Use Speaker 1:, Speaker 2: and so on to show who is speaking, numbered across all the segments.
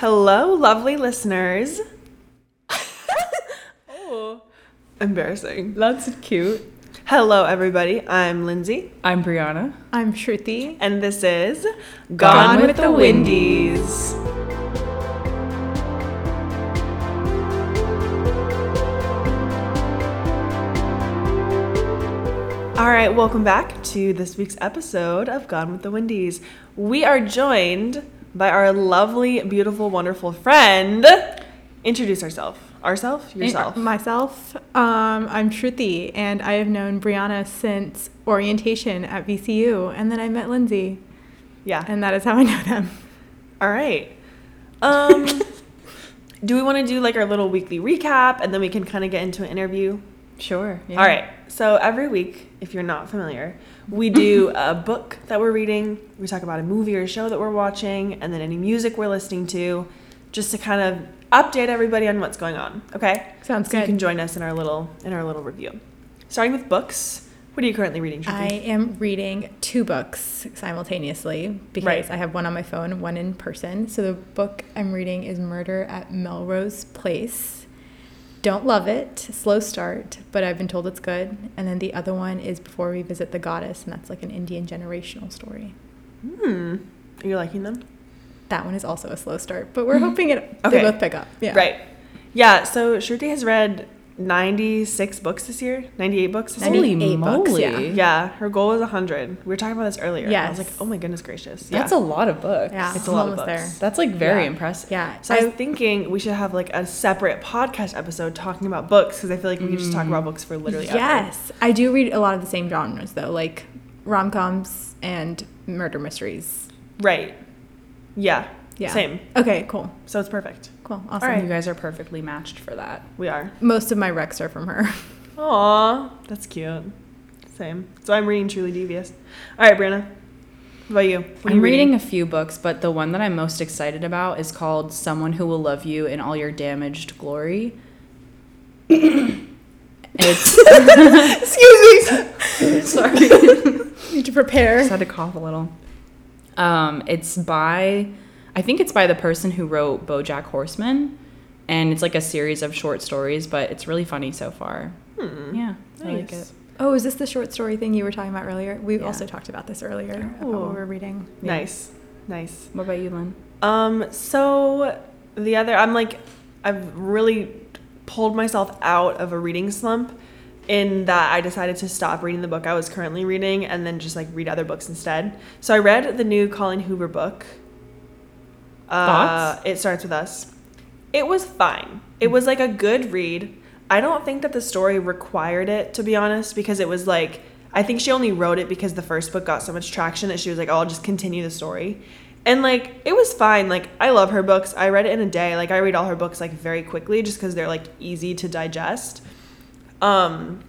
Speaker 1: Hello, lovely listeners. oh, embarrassing.
Speaker 2: That's cute.
Speaker 1: Hello, everybody. I'm Lindsay,
Speaker 2: I'm Brianna.
Speaker 3: I'm Shruti.
Speaker 1: and this is Gone,
Speaker 2: with
Speaker 1: with,
Speaker 2: the
Speaker 1: the Windies. All right, welcome back to this week's episode of Gone with the Windies. We are joined by our lovely, beautiful, wonderful friend. Introduce ourselves. Ourself? Yourself.
Speaker 3: Myself. Um, I'm Shruti, and I have known Brianna since orientation at VCU, and then I met Lindsay,
Speaker 1: Yeah.
Speaker 3: and that is how I know them.
Speaker 1: All right. Um, do we want to do like our little weekly recap and then we can kind of get into an interview?
Speaker 2: Sure.
Speaker 1: All right. So every week, if you're not familiar, we do a book that we're reading. We talk about a movie or a show that we're watching, and then any music we're listening to, just to kind of update everybody on what's going on. Okay.
Speaker 3: Sounds
Speaker 1: So you can
Speaker 3: good.
Speaker 1: join us in our little in our little review. Starting with books. What are you currently reading? Shruti?
Speaker 3: I am reading two books simultaneously because
Speaker 1: Right.
Speaker 3: I have one on my phone and one in person. So the book I'm reading is Murder at Melrose Place. Don't love it, slow start, but I've been told it's good. And then the other one is Before We Visit the Goddess, and that's like an Indian generational story.
Speaker 1: Hmm. Are you liking them?
Speaker 3: That one is also a slow start, but we're hoping it
Speaker 1: Mm-hmm. Okay.
Speaker 3: they both pick up. Yeah.
Speaker 1: Right. Yeah. So Shruti has read 96 books this year, 98 books this year.
Speaker 2: Holy
Speaker 3: 98 bucks,
Speaker 2: moly.
Speaker 3: yeah.
Speaker 1: Yeah. Her goal was 100. We were talking about this earlier. and I was
Speaker 3: Yes.
Speaker 1: like, oh my goodness gracious.
Speaker 2: That's
Speaker 1: yeah.
Speaker 2: a lot of books.
Speaker 3: Yeah.
Speaker 1: It's
Speaker 3: It's
Speaker 1: a lot of
Speaker 3: almost there.
Speaker 1: books.
Speaker 2: That's like very
Speaker 1: Yeah.
Speaker 2: impressive.
Speaker 3: Yeah.
Speaker 1: So I was thinking we should have like a separate podcast episode talking about books because I feel like we could just talk about
Speaker 2: Mm.
Speaker 1: books for literally ever.
Speaker 3: Yes. I do read a lot of the same genres though, like rom coms and murder mysteries.
Speaker 1: Right. Yeah.
Speaker 3: Yeah.
Speaker 1: Same.
Speaker 3: Okay, cool.
Speaker 1: So it's perfect.
Speaker 3: Cool. Awesome.
Speaker 1: All right.
Speaker 2: You guys are perfectly matched for that.
Speaker 1: We are.
Speaker 3: Most of my recs are from her.
Speaker 1: Aw, that's cute. Same. So I'm reading Truly Devious. All right, Brianna. What about you? What are
Speaker 2: I'm
Speaker 1: you
Speaker 2: reading a few books, but the one that I'm most excited about is called Someone Who Will Love You in All Your Damaged Glory. it's
Speaker 3: Excuse me.
Speaker 2: sorry.
Speaker 3: Need to prepare.
Speaker 2: just had to cough a little. Um, it's by, I think it's by the person who wrote BoJack Horseman, and it's like a series of short stories, but it's really funny so far.
Speaker 1: Hmm.
Speaker 2: Yeah, I like
Speaker 1: Nice.
Speaker 2: it.
Speaker 3: Oh, is this the short story thing you were talking about earlier? We
Speaker 2: Yeah.
Speaker 3: also talked about this earlier about
Speaker 1: Oh.
Speaker 3: what we're reading.
Speaker 2: Yeah.
Speaker 1: Nice. Nice.
Speaker 2: What about you, Lynn?
Speaker 1: Um, so the other, I'm like, I've really pulled myself out of a reading slump in that I decided to stop reading the book I was currently reading and then just like read other books instead. So I read the new Colin Hoover book. Uh,
Speaker 2: Thoughts?
Speaker 1: It starts with us. It was fine. It was like a good read. I don't think that the story required it, to be honest, because it was like I think she only wrote it because the first book got so much traction that she was like, oh, "I'll just continue the story," and like it was fine. Like I love her books. I read it in a day. Like I read all her books like very quickly just because they're like easy to digest. Um,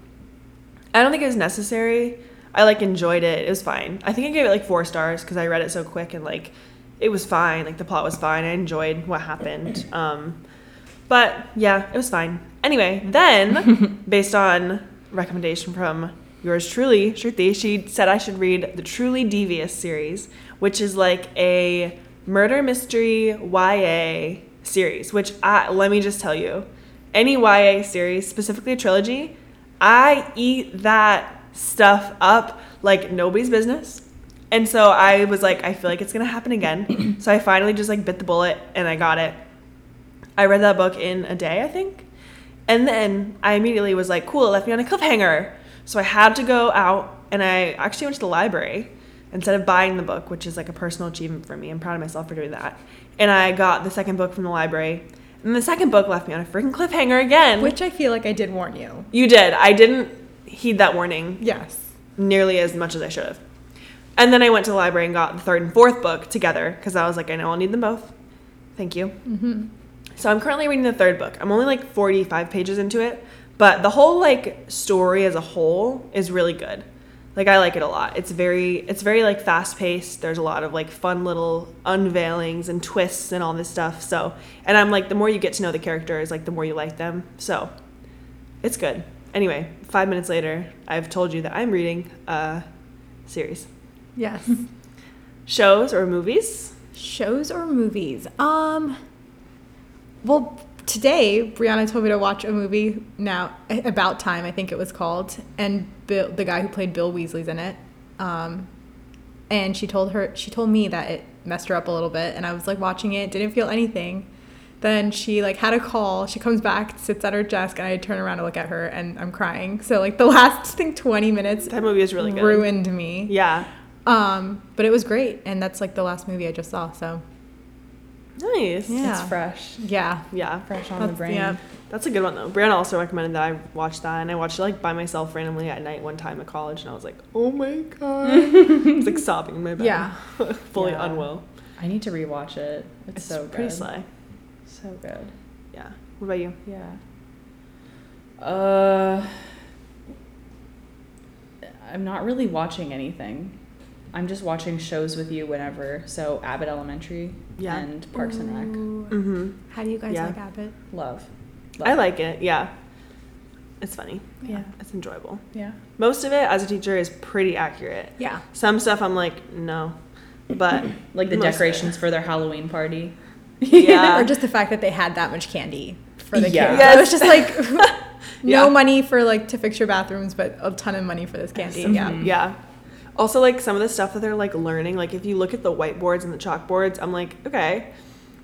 Speaker 1: I don't think it was necessary. I like enjoyed it. It was fine. I think I gave it like four stars because I read it so quick and like it was fine. Like the plot was fine. I enjoyed what happened. Um, but yeah, it was fine. Anyway, then based on recommendation from yours truly, Shruti, she said I should read the Truly Devious series, which is like a murder mystery YA series. Which I let me just tell you, any YA series, specifically a trilogy, I eat that stuff up like nobody's business. And so I was like, I feel like it's gonna happen again. so I finally just like bit the bullet and I got it. I read that book in a day, I think. And then I immediately was like, cool, it left me on a cliffhanger. So I had to go out and I actually went to the library instead of buying the book, which is like a personal achievement for me. I'm proud of myself for doing that. And I got the second book from the library. And the second book left me on a freaking cliffhanger again.
Speaker 3: Which I feel like I did warn you.
Speaker 1: you did. I didn't heed that warning
Speaker 3: Yes.
Speaker 1: nearly as much as I should have. And then I went to the library and got the third and fourth book together because I was like, I know I'll need them both. Thank you. So I'm currently reading the third book. I'm only like 45 pages into it, but the whole like story as a whole is really good. Like I like it a lot. It's very it's very like fast paced. There's a lot of like fun little unveilings and twists and all this stuff. So, and I'm like the more you get to know the characters, like the more you like them. So, it's good. Anyway, 5 minutes later, I've told you that I'm reading a series.
Speaker 3: Yes.
Speaker 1: Shows or movies?
Speaker 3: Shows or movies? Um, Well, today Brianna told me to watch a movie now about time. I think it was called, and Bill, the guy who played Bill Weasley's in it. Um, and she told her she told me that it messed her up a little bit, and I was like watching it, didn't feel anything. Then she like had a call. She comes back, sits at her desk, and I turn around to look at her, and I'm crying. So like the last I think 20 minutes
Speaker 1: That movie is really good.
Speaker 3: ruined me.
Speaker 1: Yeah.
Speaker 3: Um, but it was great, and that's like the last movie I just saw. So
Speaker 1: Nice.
Speaker 3: Yeah.
Speaker 2: It's fresh.
Speaker 3: yeah,
Speaker 1: Yeah.
Speaker 2: Fresh on the
Speaker 3: That's-
Speaker 2: brain.
Speaker 3: yeah.
Speaker 1: That's a good one though. Brianna also recommended that I watch that, and I watched it like by myself randomly at night one time at college, and I was like, "Oh my god!" it's like sobbing in my bed.
Speaker 3: Yeah.
Speaker 1: fully
Speaker 2: Yeah.
Speaker 1: unwell.
Speaker 2: I need to rewatch it. It's,
Speaker 1: It's,
Speaker 2: so good.
Speaker 1: pretty sly.
Speaker 2: So good.
Speaker 1: Yeah. What about you?
Speaker 2: Yeah. Uh, I'm not really watching anything. I'm just watching shows with you whenever. So Abbott Elementary
Speaker 1: Yeah.
Speaker 2: and Parks and Rec.
Speaker 3: Ooh.
Speaker 1: Mm-hmm.
Speaker 3: How do you guys
Speaker 1: Yeah.
Speaker 3: like Abbott?
Speaker 2: Love.
Speaker 1: I like it. Yeah. It's funny.
Speaker 3: Yeah.
Speaker 1: It's enjoyable.
Speaker 2: Yeah.
Speaker 1: Most of it, as a teacher, is pretty accurate.
Speaker 3: Yeah.
Speaker 1: Some stuff I'm like, no, but
Speaker 2: Like the
Speaker 1: most of it-
Speaker 2: decorations for their Halloween party.
Speaker 1: Yeah.
Speaker 3: or just the fact that they had that much candy for the
Speaker 2: Yeah.
Speaker 3: kids. It was just like no
Speaker 1: Yeah.
Speaker 3: money for like to fix your bathrooms, but a ton of money for this candy.
Speaker 1: Some-
Speaker 2: Mm-hmm.
Speaker 3: Yeah.
Speaker 1: Yeah. Also, like some of the stuff that they're like learning, like if you look at the whiteboards and the chalkboards, I'm like, okay,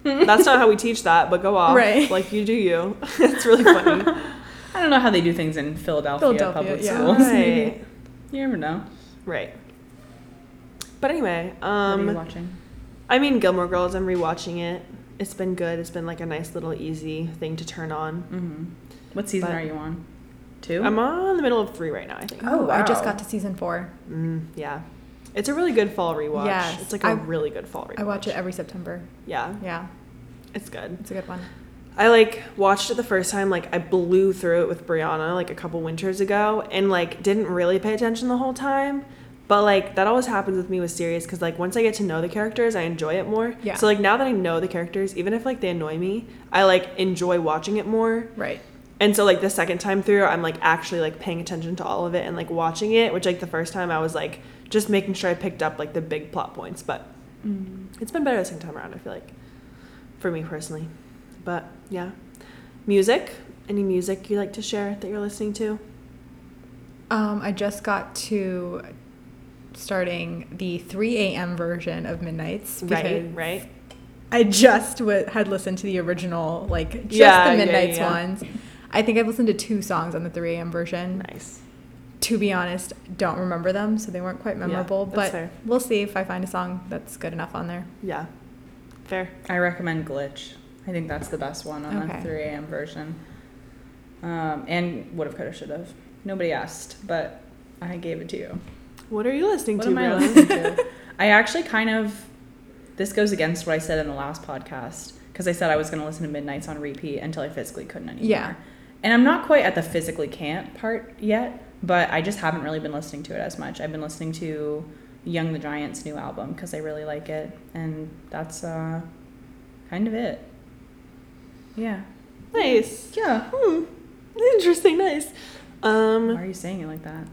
Speaker 1: that's not how we teach that, but go off.
Speaker 3: Right.
Speaker 1: Like you do you. it's really funny.
Speaker 2: I don't know how they do things in Philadelphia,
Speaker 3: Philadelphia,
Speaker 2: public
Speaker 3: yeah.
Speaker 2: schools.
Speaker 1: right.
Speaker 2: You never know.
Speaker 1: Right. But anyway,
Speaker 2: what are you
Speaker 1: um,
Speaker 2: watching?
Speaker 1: I mean, Gilmore Girls, I'm rewatching it. It's been good. It's been like a nice little easy thing to turn on.
Speaker 2: hmm What season
Speaker 1: but-
Speaker 2: are you on? 2
Speaker 1: I'm on the middle of three right now, I think.
Speaker 3: Oh,
Speaker 2: Oh,
Speaker 3: I just
Speaker 2: wow.
Speaker 3: got to season four.
Speaker 1: Mm, yeah. It's a really good fall rewatch.
Speaker 3: Yes.
Speaker 1: It's like a
Speaker 3: I-
Speaker 1: really good fall rewatch.
Speaker 3: I watch it every September.
Speaker 1: Yeah,
Speaker 3: Yeah,
Speaker 1: it's good.
Speaker 3: it's a good one.
Speaker 1: I like watched it the first time, like I blew through it with Brianna like a couple winters ago and like didn't really pay attention the whole time. But like that always happens with me with series because like once I get to know the characters, I enjoy it more.
Speaker 3: Yeah.
Speaker 1: So like now that I know the characters, even if like they annoy me, I like enjoy watching it more.
Speaker 3: Right.
Speaker 1: And so like the second time through, I'm like actually like paying attention to all of it and like watching it, which like the first time I was like just making sure I picked up like the big plot points. But
Speaker 2: Mm.
Speaker 1: it's been better the second time around, I feel like. For me personally. But yeah. Music. Any music you like to share that you're listening to?
Speaker 3: Um, I just got to starting the 3 a.m. version of Midnight's because
Speaker 1: Right, right.
Speaker 3: I just w- had listened to the original, like just
Speaker 1: Yeah,
Speaker 3: the
Speaker 1: yeah,
Speaker 3: Midnight's
Speaker 1: yeah.
Speaker 3: ones. I think I've listened to two songs on the 3 a.m. version.
Speaker 1: Nice.
Speaker 3: To be honest, don't remember them, so they weren't quite
Speaker 1: Yeah,
Speaker 3: memorable.
Speaker 1: that's
Speaker 3: but
Speaker 1: fair.
Speaker 3: we'll see if I find a song that's good enough on there.
Speaker 1: Yeah. Fair.
Speaker 2: I recommend Glitch. I think that's the best one on
Speaker 3: Okay.
Speaker 2: the 3 a.m. version. Um, and would have, could have, should have. Nobody asked, but I gave it to you.
Speaker 1: What are you listening
Speaker 2: What
Speaker 1: to,
Speaker 2: am I
Speaker 1: Brianna?
Speaker 2: listening to? I actually kind of. This goes against what I said in the last podcast because I said I was going to listen to Midnight's on repeat until I physically couldn't anymore.
Speaker 3: Yeah.
Speaker 2: And I'm not quite at the physically can't part yet, but I just haven't really been listening to it as much. I've been listening to Young the Giant's new album because I really like it, and that's uh, kind of it. Yeah.
Speaker 1: Nice.
Speaker 2: Yeah.
Speaker 1: Hmm. Interesting, nice.
Speaker 2: Why
Speaker 1: Um
Speaker 2: are you saying it like that?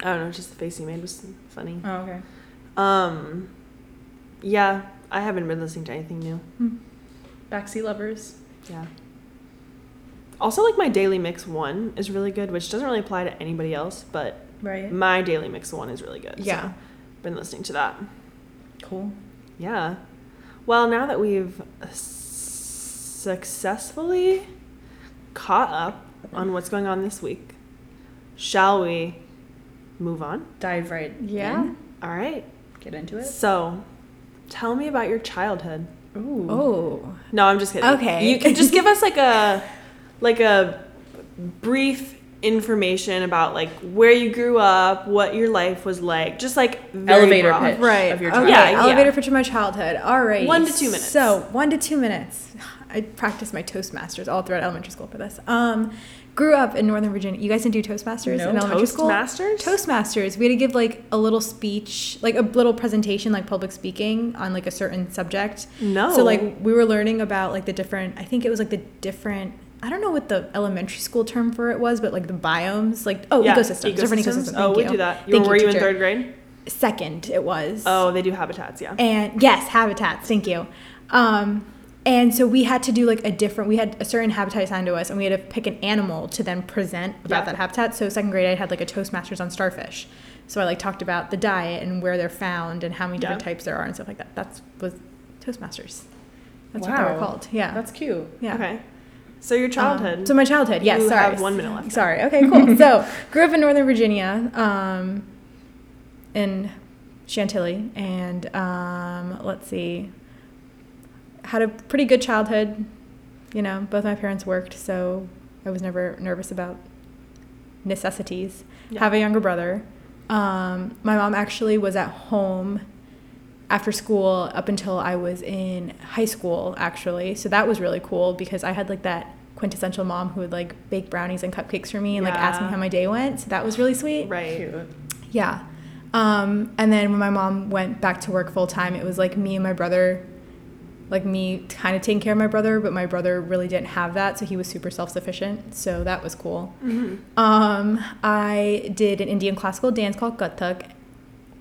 Speaker 1: I don't know, just the face you made was funny.
Speaker 2: Oh, okay.
Speaker 1: Um, yeah, I haven't been listening to anything new.
Speaker 2: Hmm. Backseat Lovers.
Speaker 1: Yeah. Also, like my daily mix one is really good, which doesn't really apply to anybody else, but
Speaker 2: Right.
Speaker 1: my daily mix one is really good. so
Speaker 3: Yeah.
Speaker 1: been listening to that.
Speaker 2: Cool.
Speaker 1: Yeah. Well, now that we've s- successfully caught up on what's going on this week, shall we move on?
Speaker 2: Dive right.
Speaker 3: Yeah.
Speaker 2: in.
Speaker 1: All right.
Speaker 2: Get into it.
Speaker 1: So, tell me about your childhood.
Speaker 2: Ooh.
Speaker 3: Oh.
Speaker 1: No, I'm just kidding.
Speaker 3: Okay.
Speaker 1: You can just give us like a like a brief information about like where you grew up, what your life was like, just like very
Speaker 2: Elevator
Speaker 1: broad.
Speaker 2: pitch.
Speaker 3: Right.
Speaker 2: of your
Speaker 3: okay.
Speaker 1: childhood. Yeah, yeah.
Speaker 3: Elevator pitch of my childhood. All right.
Speaker 1: One to two minutes.
Speaker 3: So one to two minutes. I practiced my Toastmasters all throughout elementary school for this. Um, grew up in Northern Virginia. You guys didn't do Toastmasters
Speaker 2: No.
Speaker 3: in elementary school.
Speaker 1: Toastmasters?
Speaker 3: Toastmasters. We had to give like a little speech, like a little presentation, like public speaking on like a certain subject.
Speaker 1: No.
Speaker 3: So like we were learning about like the different. I think it was like the different. I don't know what the elementary school term for it was, but like the biomes, like oh
Speaker 1: Yeah,
Speaker 3: ecosystems, different ecosystems. Thank
Speaker 1: Oh, we
Speaker 3: you.
Speaker 1: do that. You
Speaker 3: Thank
Speaker 1: were you in
Speaker 3: teacher.
Speaker 1: third Oh, grade?
Speaker 3: Second, it was.
Speaker 1: Oh, they do habitats. Yeah.
Speaker 3: And yes, habitats. Thank you. Um, And so we had to do like a different, we had a certain habitat assigned to us and we had to pick an animal to then present about
Speaker 2: Yeah.
Speaker 3: that habitat. So second grade, I had like a Toastmasters on starfish. So I like talked about the diet and where they're found and how many different
Speaker 2: Yeah.
Speaker 3: types there are and stuff like that. That's was Toastmasters. That's what they were
Speaker 2: Wow.
Speaker 3: called. Yeah.
Speaker 2: That's cute.
Speaker 3: yeah.
Speaker 1: Okay. So your childhood.
Speaker 3: Um, so my childhood, yes.
Speaker 1: You
Speaker 3: sorry.
Speaker 1: have one minute left.
Speaker 3: Sorry. Okay, cool. so grew up in Northern Virginia, um, in Chantilly, and um, let's see, had a pretty good childhood. You know, both my parents worked, so I was never nervous about necessities.
Speaker 1: Yeah.
Speaker 3: Have a younger brother. Um, my mom actually was at home after school up until I was in high school, actually. So that was really cool because I had like that quintessential mom who would like bake brownies and cupcakes for me and like ask me
Speaker 1: Yeah.
Speaker 3: how my day went. So that was really sweet.
Speaker 1: right.
Speaker 2: Cute.
Speaker 3: Yeah. Um, and then when my mom went back to work full time, it was like me and my brother, like me kind of taking care of my brother, but my brother really didn't have that. So he was super self sufficient. So that was cool. Um, I did an Indian classical dance called Guttuk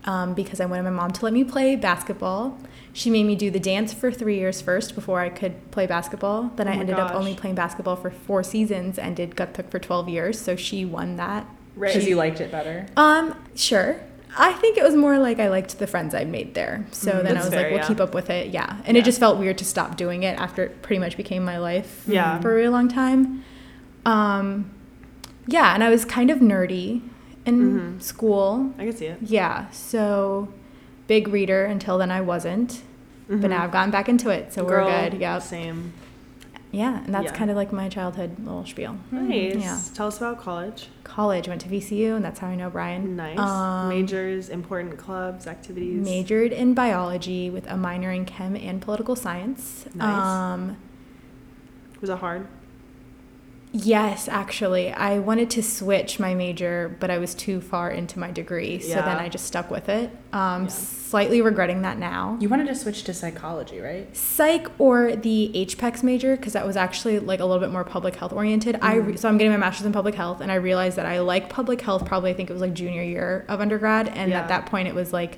Speaker 3: um, because I wanted my mom to let me play basketball. She made me do the dance for three years first before I could play basketball. Then
Speaker 1: Oh
Speaker 3: I
Speaker 1: my
Speaker 3: ended up
Speaker 1: gosh.
Speaker 3: only playing basketball for four seasons and did Guttuk for 12 years. So she won that.
Speaker 1: Right.
Speaker 2: Because you liked it better.
Speaker 3: Um, sure. I think it was more like I liked the friends I made there. So then I
Speaker 1: Mm, That's
Speaker 3: was
Speaker 1: fair,
Speaker 3: like, we'll
Speaker 1: yeah.
Speaker 3: keep up with it. Yeah. And it
Speaker 2: Yeah.
Speaker 3: just felt weird to stop doing it after it pretty much became my life
Speaker 1: Yeah.
Speaker 3: for a really long time. Um, yeah. And I was kind of nerdy in
Speaker 1: Mhm.
Speaker 3: school.
Speaker 1: I can see it.
Speaker 3: Yeah. So big reader until then I wasn't. But now I've gotten back into it. So
Speaker 1: Mm-hmm. Girl,
Speaker 3: we're good. Yep.
Speaker 1: Same.
Speaker 3: Yeah. And that's
Speaker 1: Yeah.
Speaker 3: kind of like my childhood little spiel.
Speaker 1: Nice.
Speaker 3: Mm-hmm. Yeah.
Speaker 1: Tell us about college.
Speaker 3: College, went to VCU, and that's how I know Brian.
Speaker 1: Nice.
Speaker 3: Um,
Speaker 1: Majors, important clubs, activities.
Speaker 3: Majored in biology with a minor in chem and political science.
Speaker 1: Nice.
Speaker 3: Um,
Speaker 1: Was it hard?
Speaker 3: yes, actually, I wanted to switch my major, but I was too far into my degree, so then
Speaker 1: Yeah.
Speaker 3: I just stuck with it. Um,
Speaker 1: Yeah.
Speaker 3: Slightly regretting that now.
Speaker 2: You wanted to switch to psychology, right?
Speaker 3: Psych or the HPEX major because that was actually like a little bit more public health oriented. I
Speaker 1: Mm-hmm.
Speaker 3: re- so I'm getting my master's in public health, and I realized that I like public health. Probably I think it was like junior year of undergrad, and
Speaker 1: Yeah.
Speaker 3: at that point it was like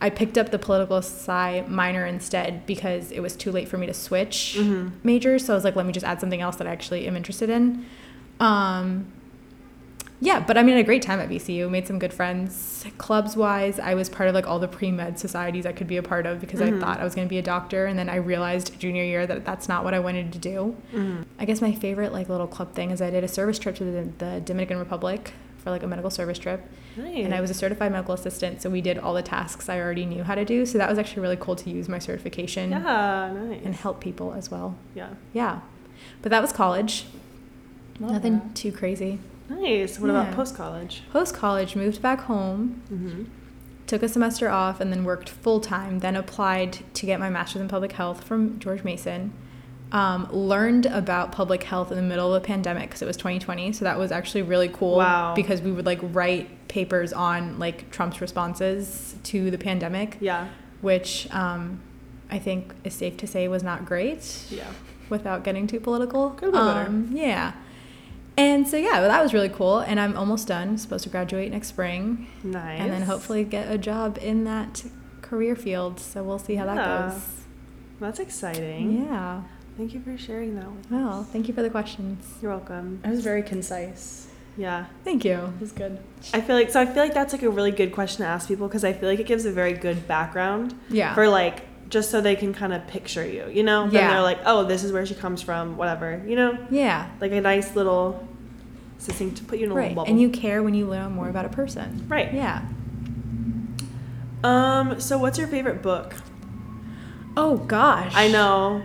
Speaker 3: I picked up the political sci minor instead because it was too late for me to switch
Speaker 1: Mm-hmm.
Speaker 3: majors. So I was like, let me just add something else that I actually am interested in. Um, yeah, but I mean, I had a great time at VCU. Made some good friends. Clubs wise, I was part of like all the pre med societies I could be a part of because
Speaker 2: Mm-hmm.
Speaker 1: Mhm.
Speaker 3: I thought I was going to be a doctor, and then I realized junior year that that's not what I wanted to do.
Speaker 1: Mm-hmm.
Speaker 3: I guess my favorite like little club thing is I did a service trip to the, the Dominican Republic for like a medical service trip,
Speaker 1: Nice.
Speaker 3: and I was a certified medical assistant, so we did all the tasks I already knew how to do. So that was actually really cool to use my certification
Speaker 1: Yeah, nice.
Speaker 3: and help people as well.
Speaker 1: Yeah.
Speaker 3: Yeah. But that was college.
Speaker 2: Love
Speaker 3: Nothing
Speaker 2: that.
Speaker 3: too crazy.
Speaker 1: Nice. What about
Speaker 3: Yeah.
Speaker 1: post college?
Speaker 3: Post college, moved back home,
Speaker 1: Mm-hmm.
Speaker 3: took a semester off, and then worked full time. Then applied to get my master's in public health from George Mason. Um, learned about public health in the middle of the pandemic because it was 2020. So that was actually really cool
Speaker 1: Wow.
Speaker 3: because we would like write papers on like Trump's responses to the pandemic,
Speaker 1: Yeah.
Speaker 3: which um, I think is safe to say was not great.
Speaker 1: Yeah.
Speaker 3: without getting too political. Um,
Speaker 1: Could have been better.
Speaker 3: yeah. And so yeah, well, that was really cool. And I'm almost done. Supposed to graduate next spring,
Speaker 1: Nice.
Speaker 3: and then hopefully get a job in that career field. So we'll see how
Speaker 1: Yeah.
Speaker 3: that goes.
Speaker 1: That's exciting.
Speaker 3: Yeah.
Speaker 1: Thank you for sharing that with
Speaker 3: Well,
Speaker 1: us.
Speaker 3: thank you for the questions.
Speaker 1: You're welcome.
Speaker 2: I was very concise.
Speaker 1: Yeah.
Speaker 3: Thank you.
Speaker 2: It was good.
Speaker 1: I feel like so I feel like that's like a really good question to ask people because I feel like it gives a very good background
Speaker 3: Yeah.
Speaker 1: for like just so they can kind of picture you, you know? Then
Speaker 3: Yeah.
Speaker 1: they're like, "Oh, this is where she comes from, whatever." You know?
Speaker 3: yeah.
Speaker 1: Like a nice little succinct to put you in a
Speaker 3: Right.
Speaker 1: little bubble.
Speaker 3: And you care when you learn more about a person.
Speaker 1: Right.
Speaker 3: Yeah.
Speaker 1: Um, so what's your favorite book?
Speaker 3: Oh gosh.
Speaker 1: I know.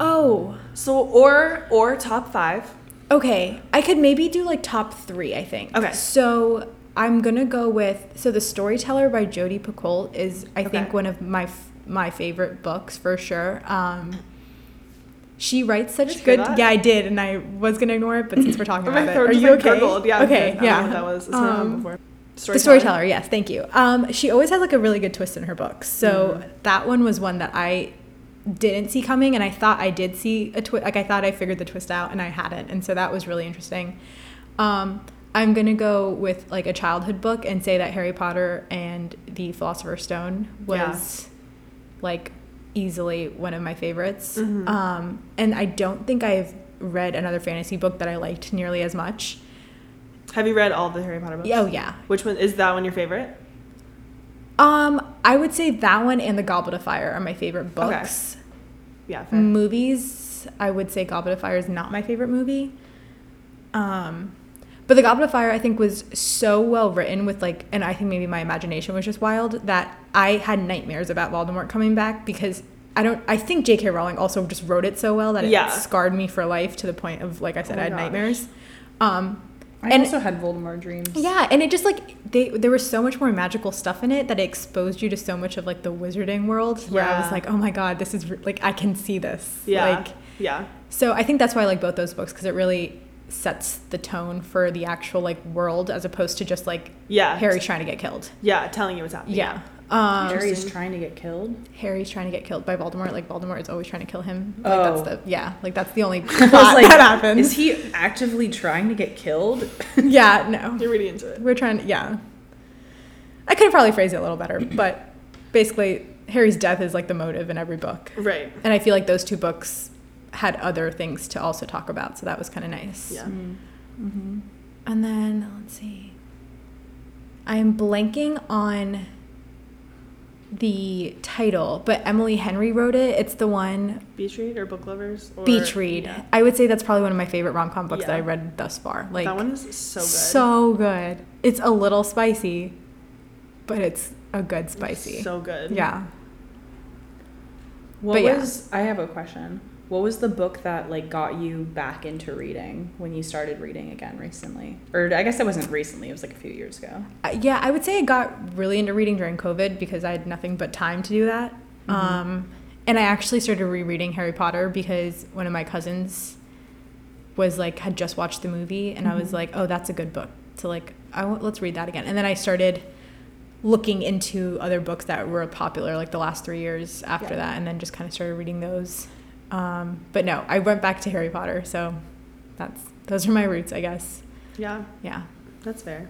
Speaker 3: Oh.
Speaker 1: So or or top 5.
Speaker 3: Okay, I could maybe do like top three. I think.
Speaker 1: Okay.
Speaker 3: So I'm gonna go with so the Storyteller by Jodi Picoult is I
Speaker 1: Okay.
Speaker 3: think one of my f- my favorite books for sure. Um, she writes
Speaker 1: Did
Speaker 3: such
Speaker 1: you hear
Speaker 3: good.
Speaker 1: that?
Speaker 3: Yeah, I did, and I was gonna ignore it, but since we're talking
Speaker 1: My
Speaker 3: about it,
Speaker 1: throat
Speaker 3: are
Speaker 1: just,
Speaker 3: you
Speaker 1: like,
Speaker 3: okay?
Speaker 1: gurgled. Yeah, I'm
Speaker 3: okay.
Speaker 1: good.
Speaker 3: Yeah.
Speaker 1: I don't know what that was. It's not on
Speaker 3: Um,
Speaker 1: before.
Speaker 3: the storyteller yes thank you um, she always has like a really good twist in her books so that one was one that i didn't see coming and i thought i did see a twist like i thought i figured the twist out and i hadn't and so that was really interesting um, i'm going to go with like a childhood book and say that harry potter and the philosopher's stone
Speaker 1: Yeah.
Speaker 3: was like easily one of my favorites.
Speaker 1: Mhm.
Speaker 3: Um, and I don't think I've read another fantasy book that I liked nearly as much.
Speaker 1: Have you read all the Harry Potter books?
Speaker 3: Oh yeah.
Speaker 1: Which one is that one your favorite?
Speaker 3: Um, I would say that one and the Goblet of Fire are my favorite
Speaker 1: Okay.
Speaker 3: books.
Speaker 1: Yeah, fair.
Speaker 3: Movies, I would say Goblet of Fire is not my favorite movie. Um, but the Goblet of Fire I think was so well written with like, and I think maybe my imagination was just wild that I had nightmares about Voldemort coming back because I don't. I think J.K. Rowling also just wrote it so well that it
Speaker 1: Yeah.
Speaker 3: scarred me for life to the point of like I said
Speaker 1: Oh my
Speaker 3: I had
Speaker 1: gosh.
Speaker 3: nightmares. Um,
Speaker 2: I
Speaker 3: And-
Speaker 2: also had Voldemort dreams.
Speaker 3: yeah, and it just like they there was so much more magical stuff in it that it exposed you to so much of like the wizarding world where I was
Speaker 1: Yeah.
Speaker 3: like, oh my god, this is re- like I can see this.
Speaker 1: Yeah.
Speaker 3: Like
Speaker 1: yeah.
Speaker 3: so I think that's why I like both those books because it really sets the tone for the actual like world as opposed to just like
Speaker 1: Yeah.
Speaker 3: Harry's trying to get killed.
Speaker 1: Yeah, telling you what's happening.
Speaker 3: Yeah. Um,
Speaker 2: Harry's trying to get killed.
Speaker 3: Harry's trying to get killed by Voldemort. Like Voldemort is always trying to kill him. Like
Speaker 2: Oh.
Speaker 3: that's the yeah. Like that's the only
Speaker 2: I
Speaker 3: plot
Speaker 2: was like,
Speaker 3: that happens.
Speaker 2: Is he actively trying to get killed?
Speaker 3: yeah. No.
Speaker 1: You're really into it.
Speaker 3: We're trying to, yeah. I could have probably phrased it a little better, but basically, Harry's death is like the motive in every book.
Speaker 1: Right.
Speaker 3: And I feel like those two books had other things to also talk about, so that was kind of nice.
Speaker 1: Yeah.
Speaker 2: Mm-hmm.
Speaker 3: And then, let's see. I am blanking on the title, but Emily Henry wrote it. It's the one
Speaker 1: Beach read or book lovers? Or,
Speaker 3: Beach Read.
Speaker 1: Yeah.
Speaker 3: I would say that's probably one of my favorite rom com books that
Speaker 1: Yeah.
Speaker 3: I read thus far. Like
Speaker 1: that one is so good.
Speaker 3: So good. It's a little spicy, but it's a good spicy.
Speaker 1: So good.
Speaker 3: yeah.
Speaker 2: What
Speaker 3: But yeah.
Speaker 2: was I have a question. What was the book that like got you back into reading when you started reading again recently? Or I guess it wasn't recently, it was like a few years ago.
Speaker 3: Uh, Yeah, I would say I got really into reading during COVID because I had nothing but time to do that.
Speaker 2: Mhm.
Speaker 3: Um, and I actually started rereading Harry Potter because one of my cousins was like had just watched the movie, and I was
Speaker 2: Mhm.
Speaker 3: like, oh, that's a good book. So like, I want, let's read that again. And then I started looking into other books that were popular like the last three years after
Speaker 2: Yeah.
Speaker 3: that, and then just kind of started reading those. Um, but no, I went back to Harry Potter, so that's those are my roots, I guess.
Speaker 1: Yeah,
Speaker 3: Yeah.
Speaker 1: that's fair.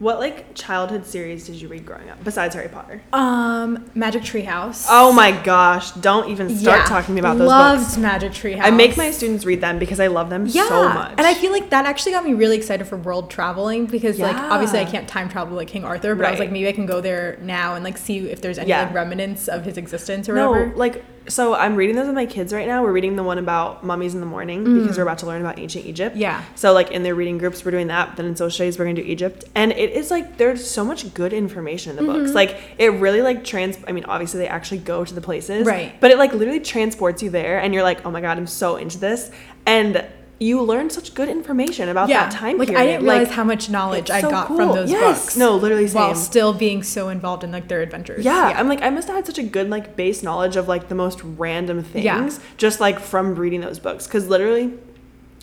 Speaker 1: What like childhood series did you read growing up besides Harry Potter?
Speaker 3: Um, Magic Tree House.
Speaker 1: Oh my gosh, don't even start
Speaker 3: Yeah.
Speaker 1: talking to me about those
Speaker 3: Loved
Speaker 1: books.
Speaker 3: Magic Tree House.
Speaker 1: I make my students read them because I love them
Speaker 3: yeah,
Speaker 1: so much.
Speaker 3: and I feel like that actually got me really excited for world traveling because, like, obviously I
Speaker 2: Yeah.
Speaker 3: can't time travel like King Arthur, but I was
Speaker 1: Right.
Speaker 3: like, maybe I can go there now and like see if there's any
Speaker 1: Yeah.
Speaker 3: like remnants of his existence or
Speaker 1: no,
Speaker 3: whatever.
Speaker 1: like so I'm reading those with my kids right now. We're reading the one about mummies in the morning
Speaker 3: Mm.
Speaker 1: because we're about to learn about ancient Egypt.
Speaker 3: Yeah,
Speaker 1: So like in their reading groups, we're doing that. Then in social studies, we're gonna do Egypt, and it is like there's so much good information in the
Speaker 3: Mm-hmm.
Speaker 1: books. Like it really like trans. I mean, obviously they actually go to the places,
Speaker 3: Right.
Speaker 1: But it like literally transports you there, and you're like, oh my god, I'm so into this, and you learn such good information about
Speaker 3: yeah.
Speaker 1: that time
Speaker 3: like
Speaker 1: period.
Speaker 3: I didn't
Speaker 1: Like,
Speaker 3: realize how much knowledge
Speaker 1: it's
Speaker 3: I
Speaker 1: so
Speaker 3: got from
Speaker 1: cool.
Speaker 3: those
Speaker 1: Yes.
Speaker 3: books.
Speaker 1: No, literally
Speaker 3: while
Speaker 1: same.
Speaker 3: still being so involved in like their adventures.
Speaker 1: yeah, I'm like I must have had such a good like base knowledge of like the most random things
Speaker 3: Yeah.
Speaker 1: just like from reading those books cuz literally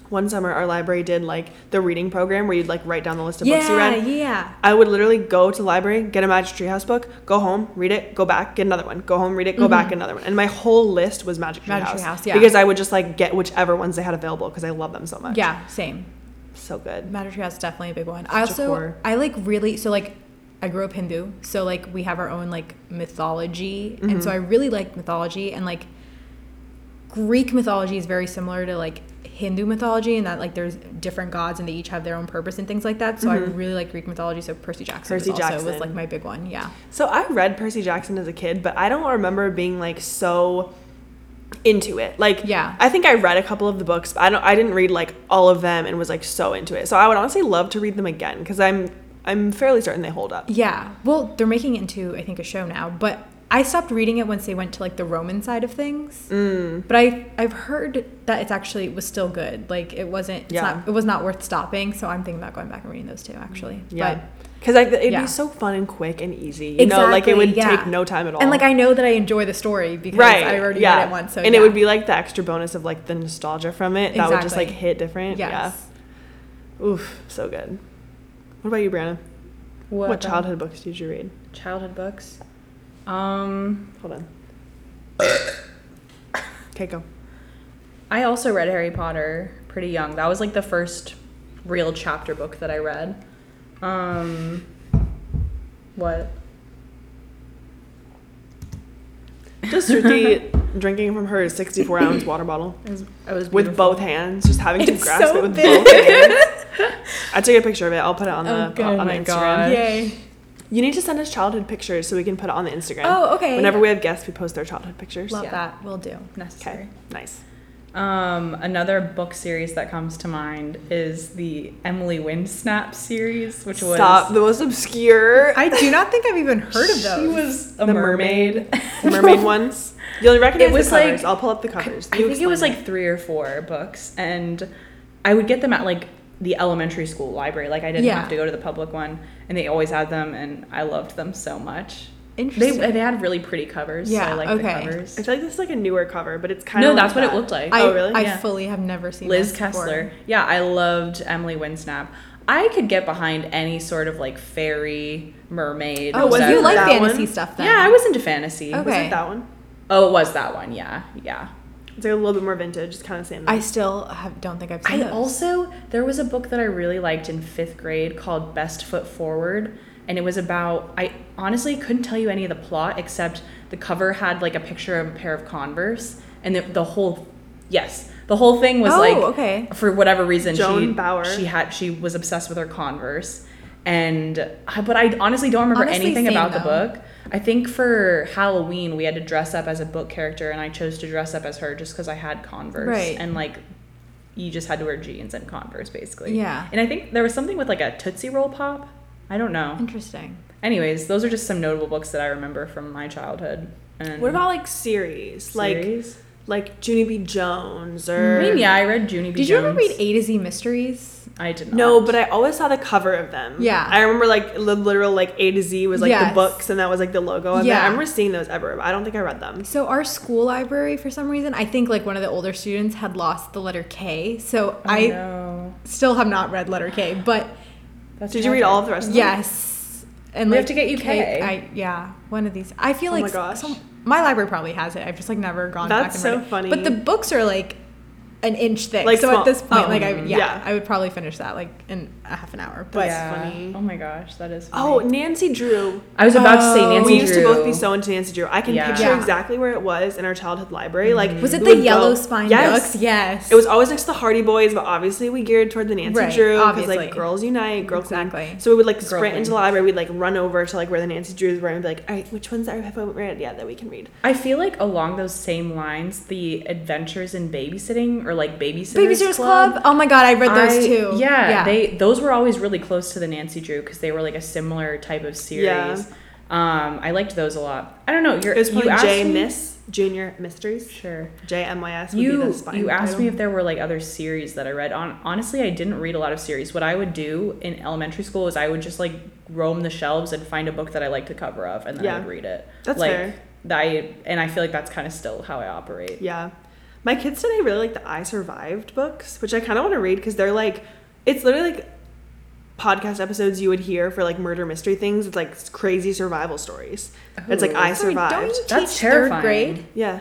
Speaker 1: one summer our library did like the reading program where you'd like write down the list of books you
Speaker 3: yeah,
Speaker 1: read.
Speaker 3: yeah.
Speaker 1: I would literally go to the library, get a Magic Tree House book, go home, read it, go back, get another one, go home, read it, go back, get another one. And my whole list was Magic Tree
Speaker 3: Mm-hmm. Magic Tree
Speaker 1: House.
Speaker 3: House, yeah.
Speaker 1: Because I would just like get whichever ones they had available because I love them so much.
Speaker 3: Yeah, same.
Speaker 1: So good.
Speaker 3: Matter Tree House is definitely a big one. I
Speaker 1: Such a
Speaker 3: also
Speaker 1: core.
Speaker 3: I like really so like I grew up Hindu, so like we have our own like mythology, and
Speaker 1: Mm-hmm.
Speaker 3: so I really like mythology and like Greek mythology is very similar to like Hindu mythology and that like there's different gods and they each have their own purpose and things like that. So I really like Greek mythology. So Percy Jackson,
Speaker 1: Mm-hmm. Percy
Speaker 3: was also was
Speaker 1: Jackson.
Speaker 3: like my big one. Yeah,
Speaker 1: So I read Percy Jackson as a kid, but I don't remember being like so into it. Like
Speaker 3: Yeah.
Speaker 1: I think I read a couple of the books, but I don't I didn't read like all of them and was like so into it. So I would honestly love to read them again because I'm I'm fairly certain they hold up.
Speaker 3: yeah. Well, they're making it into I think a show now, but I stopped reading it once they went to like the Roman side of things.
Speaker 1: Mm.
Speaker 3: But I I've heard that it's actually was still good. Like it wasn't. It's
Speaker 1: Yeah.
Speaker 3: not, it was not worth stopping. So I'm thinking about going back and reading those two actually.
Speaker 1: Yeah. Because like it'd
Speaker 3: Yeah.
Speaker 1: be so fun and quick and easy, you know. Like it
Speaker 3: Exactly,
Speaker 1: would
Speaker 3: yeah.
Speaker 1: take no time at all.
Speaker 3: But, and like I know that I enjoy the story because
Speaker 1: right,
Speaker 3: I already
Speaker 1: yeah.
Speaker 3: read it once. So
Speaker 1: and
Speaker 3: yeah.
Speaker 1: it would be like the extra bonus of like the nostalgia from it that would just like
Speaker 3: Exactly.
Speaker 1: hit different.
Speaker 3: yes.
Speaker 1: Yeah. Oof, so good. What about you, Brianna? What,
Speaker 2: the-
Speaker 1: childhood books did you read?
Speaker 2: childhood books? Um
Speaker 1: Hold on. okay, go.
Speaker 2: I also read Harry Potter pretty young. That was like the first real chapter book that I read. Um what?
Speaker 1: Just the drinking from her 64 ounce water bottle
Speaker 2: It was, it was
Speaker 1: with both hands, just having to
Speaker 3: It's
Speaker 1: grasp
Speaker 3: so
Speaker 1: it with
Speaker 3: big.
Speaker 1: both hands. I took a picture of it. I'll put it on
Speaker 3: Oh,
Speaker 1: the
Speaker 3: good.
Speaker 1: on
Speaker 2: Oh my
Speaker 1: Instagram.
Speaker 2: God.
Speaker 3: Yay.
Speaker 1: You need to send us childhood pictures so we can put it on the Instagram.
Speaker 3: Oh, okay.
Speaker 1: Whenever we have guests, we post their childhood pictures.
Speaker 3: Love
Speaker 2: Yeah.
Speaker 3: that. We'll do.
Speaker 2: necessary.
Speaker 1: Okay, nice.
Speaker 2: Um, another book series that comes to mind is the Emily Windsnap series, which was
Speaker 1: Stop. The most obscure
Speaker 3: I do not think I've even heard of
Speaker 2: She
Speaker 3: those.
Speaker 2: was a
Speaker 1: The
Speaker 2: mermaid.
Speaker 1: mermaid ones. You'll recognize
Speaker 2: It was
Speaker 1: the covers.
Speaker 2: like-
Speaker 1: I'll pull up the covers.
Speaker 2: I
Speaker 1: You
Speaker 2: think it was
Speaker 1: explain
Speaker 2: like three or four books, and I would get them at like the elementary school library. Like I didn't
Speaker 3: Yeah.
Speaker 2: have to go to the public one, and they always had them, and I loved them so much. They
Speaker 3: Interesting.
Speaker 2: they had really pretty covers. so
Speaker 3: Yeah,
Speaker 2: I like
Speaker 3: okay.
Speaker 2: the
Speaker 1: I
Speaker 2: covers.
Speaker 1: feel like this is like a newer cover, but it's kind of
Speaker 2: No, that's what it looked like.
Speaker 3: I,
Speaker 1: Oh, really?
Speaker 3: I
Speaker 2: Yeah.
Speaker 3: fully have never seen
Speaker 2: Liz
Speaker 3: those before.
Speaker 2: Kessler. Yeah, I loved Emily Winsnap. I could get behind any sort of like fairy, mermaid.
Speaker 3: Oh,
Speaker 1: Was
Speaker 3: well,
Speaker 1: that
Speaker 3: you like
Speaker 1: that
Speaker 3: fantasy
Speaker 1: one?
Speaker 3: stuff then?
Speaker 2: Yeah, I was into fantasy.
Speaker 3: Okay.
Speaker 1: Was it that one?
Speaker 2: Oh, it was that one. Yeah, yeah.
Speaker 1: It's like a little bit more vintage. It's kind of same.
Speaker 3: I still have, don't think I've seen
Speaker 2: I
Speaker 3: those.
Speaker 2: also there was a book that I really liked in fifth grade called Best Foot Forward, and it was about I honestly couldn't tell you any of the plot except the cover had like a picture of a pair of Converse, and the, the whole yes the whole thing was
Speaker 3: Oh,
Speaker 2: like
Speaker 3: okay.
Speaker 2: for whatever reason she
Speaker 1: Joan Bauer.
Speaker 2: she had she was obsessed with her Converse, and I- but I honestly don't remember
Speaker 3: Honestly,
Speaker 2: anything
Speaker 3: same,
Speaker 2: about the
Speaker 3: though.
Speaker 2: book. I think for Halloween we had to dress up as a book character, and I chose to dress up as her just because I had Converse,
Speaker 3: Right.
Speaker 2: and like you just had to wear jeans and Converse basically.
Speaker 3: Yeah.
Speaker 2: And I think there was something with like a Tootsie Roll pop. I don't know.
Speaker 3: Interesting.
Speaker 2: Anyways, those are just some notable books that I remember from my childhood. And
Speaker 1: what about like series? Like
Speaker 2: series?
Speaker 1: like Junie B. Jones
Speaker 2: I
Speaker 1: or
Speaker 2: mean, yeah, I read Junie B.
Speaker 3: Did you ever
Speaker 2: Jones.
Speaker 3: read A to Z Mysteries?
Speaker 2: I did not.
Speaker 1: No, but I always saw the cover of them.
Speaker 3: Yeah.
Speaker 1: I remember like the literal like A to Z was like
Speaker 3: Yes.
Speaker 1: the books and that was like the logo of it.
Speaker 3: Yeah.
Speaker 1: I remember seeing those ever, but I don't think I read them.
Speaker 3: So our school library, for some reason, I think like one of the older students had lost the letter K. So
Speaker 2: Oh,
Speaker 3: I
Speaker 2: no.
Speaker 3: still have not read letter K, but
Speaker 2: That's
Speaker 1: Did you read
Speaker 2: tragic.
Speaker 1: all of the rest of them?
Speaker 3: yes. And
Speaker 2: We have to get you K.
Speaker 3: I yeah, one of these. I feel
Speaker 1: Oh
Speaker 3: like
Speaker 1: my gosh.
Speaker 3: my library probably has it. I've just like never gone back
Speaker 1: That's
Speaker 3: and
Speaker 1: so
Speaker 3: read it.
Speaker 1: funny.
Speaker 3: But the books are like an inch thick.
Speaker 1: Like
Speaker 3: so
Speaker 1: small-
Speaker 3: at this point,
Speaker 1: oh,
Speaker 3: like I yeah,
Speaker 1: yeah.
Speaker 3: I would probably finish that like in a half an hour. But
Speaker 1: That's funny.
Speaker 2: Oh my gosh, that is.
Speaker 1: Oh,
Speaker 2: Funny.
Speaker 1: Nancy Drew.
Speaker 2: I was about to say
Speaker 3: Oh.
Speaker 2: Nancy
Speaker 1: we used to both be
Speaker 2: Drew.
Speaker 1: so into Nancy Drew. I can
Speaker 2: Yeah.
Speaker 1: picture
Speaker 3: Yeah.
Speaker 1: exactly where it was in our childhood library. Like
Speaker 3: was it
Speaker 1: we
Speaker 3: the
Speaker 1: would
Speaker 3: yellow
Speaker 1: go-
Speaker 3: spine
Speaker 1: Yes.
Speaker 3: books? Yes.
Speaker 1: It was always next to the Hardy Boys, but obviously we geared toward the Nancy
Speaker 3: Right,
Speaker 1: Drew because
Speaker 3: obviously.
Speaker 1: like girls unite, girls
Speaker 3: Exactly.
Speaker 1: So we would like
Speaker 2: Girl
Speaker 1: sprint into
Speaker 2: queen.
Speaker 1: the library. We'd like run over to like where the Nancy Drews were and be like, all right, which ones that I haven't read yet that we can read?
Speaker 2: I feel like along those same lines, the Adventures in Babysitting or like Babysitters,
Speaker 3: Babysitter's Club. Oh my god, I read those
Speaker 2: I-
Speaker 3: too.
Speaker 2: Yeah, they those were always really close to the Nancy Drew because they were like a similar type of series.
Speaker 1: Yeah.
Speaker 2: Um, I liked those a lot. I don't know. You're,
Speaker 1: It was
Speaker 2: you
Speaker 1: probably
Speaker 2: asked
Speaker 1: J
Speaker 2: me,
Speaker 1: Miss Junior Mysteries.
Speaker 2: Sure.
Speaker 1: J M Y S. would be
Speaker 2: You
Speaker 1: the spine
Speaker 2: you asked
Speaker 1: title.
Speaker 2: me if there were like other series that I read. On honestly, I didn't read a lot of series. What I would do in elementary school is I would just like roam the shelves and find a book that I liked the cover of, and then I
Speaker 1: Yeah.
Speaker 2: would read it.
Speaker 1: That's
Speaker 2: like,
Speaker 1: fair.
Speaker 2: I and I feel like that's kind of still how I operate.
Speaker 1: Yeah. My kids today really like the I Survived books, which I kind of want to read because they're like, it's literally like podcast episodes you would hear for like murder mystery things. It's like crazy survival stories. it's like
Speaker 2: Ooh.
Speaker 1: I
Speaker 3: Sorry,
Speaker 1: Survived.
Speaker 3: Don't you teach
Speaker 2: That's
Speaker 3: third
Speaker 2: terrifying.
Speaker 3: grade
Speaker 1: Yeah.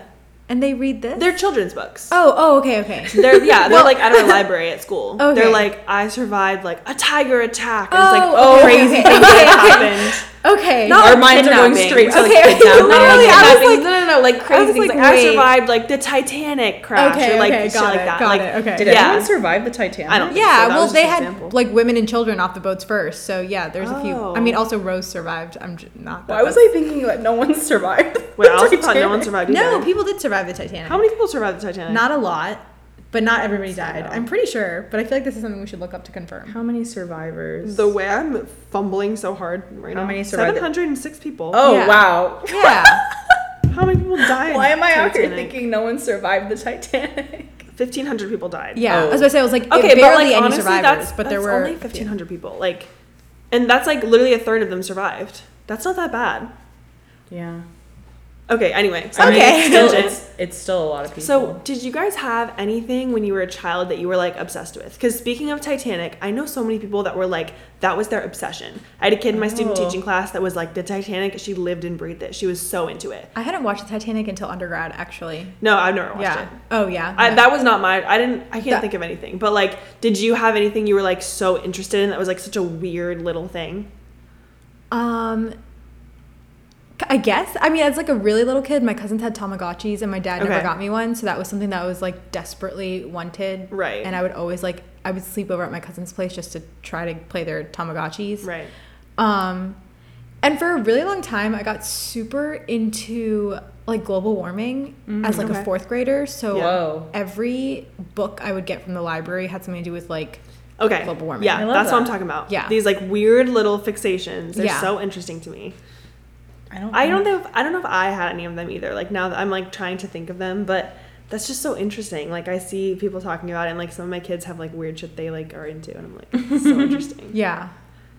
Speaker 3: and they read this?
Speaker 1: They're children's books.
Speaker 3: oh, oh, okay, okay.
Speaker 1: They're yeah, they're
Speaker 3: Well-
Speaker 1: like at our library at school.
Speaker 3: Okay.
Speaker 1: They're like, I survived like a tiger attack. And it's like
Speaker 3: Oh,
Speaker 1: oh,
Speaker 3: okay,
Speaker 1: crazy
Speaker 3: okay,
Speaker 1: things
Speaker 3: okay,
Speaker 1: that
Speaker 3: okay.
Speaker 1: happened.
Speaker 3: okay.
Speaker 1: Not
Speaker 2: Our
Speaker 1: like
Speaker 2: minds are going
Speaker 1: kidnapping.
Speaker 2: straight to, like,
Speaker 3: Okay.
Speaker 2: kidnapping.
Speaker 3: Literally, I was
Speaker 1: Kidnappings.
Speaker 3: like-
Speaker 1: no, no, no, like
Speaker 3: I was
Speaker 1: crazy things.
Speaker 3: like,
Speaker 1: Like, I
Speaker 3: wait.
Speaker 1: survived like the Titanic crash
Speaker 3: Okay,
Speaker 1: or like
Speaker 3: okay,
Speaker 1: shit
Speaker 3: got
Speaker 1: like
Speaker 3: it,
Speaker 1: that.
Speaker 3: got
Speaker 1: like,
Speaker 3: it, okay.
Speaker 2: Did
Speaker 1: yeah.
Speaker 2: everyone survive the Titanic?
Speaker 1: I don't- So
Speaker 3: Yeah,
Speaker 1: that
Speaker 3: well,
Speaker 1: was
Speaker 3: they
Speaker 1: just an
Speaker 3: had
Speaker 1: example.
Speaker 3: like women and children off the boats first, so yeah, there's a few. I mean,
Speaker 1: Oh.
Speaker 3: also Rose survived. I'm j- not. that
Speaker 2: Why was
Speaker 3: that's-
Speaker 2: I thinking that no one survived?
Speaker 1: Wait,
Speaker 2: the
Speaker 1: I also thought no one
Speaker 2: Titanic?
Speaker 1: survived.
Speaker 3: No,
Speaker 1: either.
Speaker 3: people did survive the Titanic.
Speaker 1: How many people survived the Titanic?
Speaker 3: Not a lot, but not everybody died.
Speaker 1: know.
Speaker 3: I'm pretty sure, but I feel like this is something we should look up to confirm.
Speaker 2: How many survivors?
Speaker 1: The way I'm fumbling so hard right
Speaker 2: How
Speaker 1: now.
Speaker 2: many survived it?
Speaker 1: Seven hundred and six people.
Speaker 2: oh
Speaker 3: Yeah.
Speaker 2: wow!
Speaker 3: Yeah,
Speaker 1: How many people died?
Speaker 2: Why am I out here thinking no one survived the Titanic?
Speaker 1: fifteen hundred people died?
Speaker 3: yeah. I
Speaker 2: Oh.
Speaker 3: was gonna say I was like
Speaker 1: Okay,
Speaker 3: barely
Speaker 1: but like
Speaker 3: any
Speaker 1: honestly,
Speaker 3: survivors,
Speaker 1: that's
Speaker 3: but there
Speaker 1: that's
Speaker 3: were
Speaker 1: only
Speaker 3: a few.
Speaker 1: fifteen hundred people. Like, and that's like literally a third of them survived. That's not that bad.
Speaker 2: Yeah.
Speaker 1: Okay. Anyway.
Speaker 2: I mean,
Speaker 3: Okay.
Speaker 2: it's, still,
Speaker 1: tangent.
Speaker 2: it's, it's still a lot of people.
Speaker 1: So, did you guys have anything when you were a child that you were like obsessed with? Because speaking of Titanic, I know so many people that were like, that was their obsession. I had a kid in my student
Speaker 2: Oh.
Speaker 1: teaching class that was like, the Titanic, she lived and breathed it. She was so into it.
Speaker 3: I hadn't watched the Titanic until undergrad, actually.
Speaker 1: No, I've never watched
Speaker 3: Yeah.
Speaker 1: it.
Speaker 3: Oh yeah.
Speaker 1: I,
Speaker 3: No.
Speaker 1: that was not my. I didn't. I can't
Speaker 3: That-
Speaker 1: think of anything. But like, did you have anything you were like so interested in that was like such a weird little thing?
Speaker 3: Um, I guess. I mean, as like a really little kid, my cousins had Tamagotchis and my dad never
Speaker 1: Okay.
Speaker 3: got me one, so that was something that I was like desperately wanted.
Speaker 1: Right.
Speaker 3: And I would always like I would sleep over at my cousin's place just to try to play their Tamagotchis.
Speaker 1: Right.
Speaker 3: Um and for a really long time I got super into like global warming as like
Speaker 1: Mm, okay.
Speaker 3: a fourth grader, so
Speaker 1: Yeah.
Speaker 2: Whoa.
Speaker 3: every book I would get from the library had something to do with like
Speaker 1: Okay.
Speaker 3: Global warming.
Speaker 1: Yeah,
Speaker 2: I love
Speaker 1: that's what I'm
Speaker 2: that.
Speaker 1: talking about.
Speaker 3: Yeah.
Speaker 1: These like weird little fixations. They're
Speaker 3: Yeah.
Speaker 1: so interesting to me.
Speaker 2: I don't.
Speaker 1: I don't know if I don't know if I had any of them either. Like now that I'm like trying to think of them, but that's just so interesting. Like I see people talking about it and like some of my kids have like weird shit they like are into and I'm like so interesting.
Speaker 3: yeah.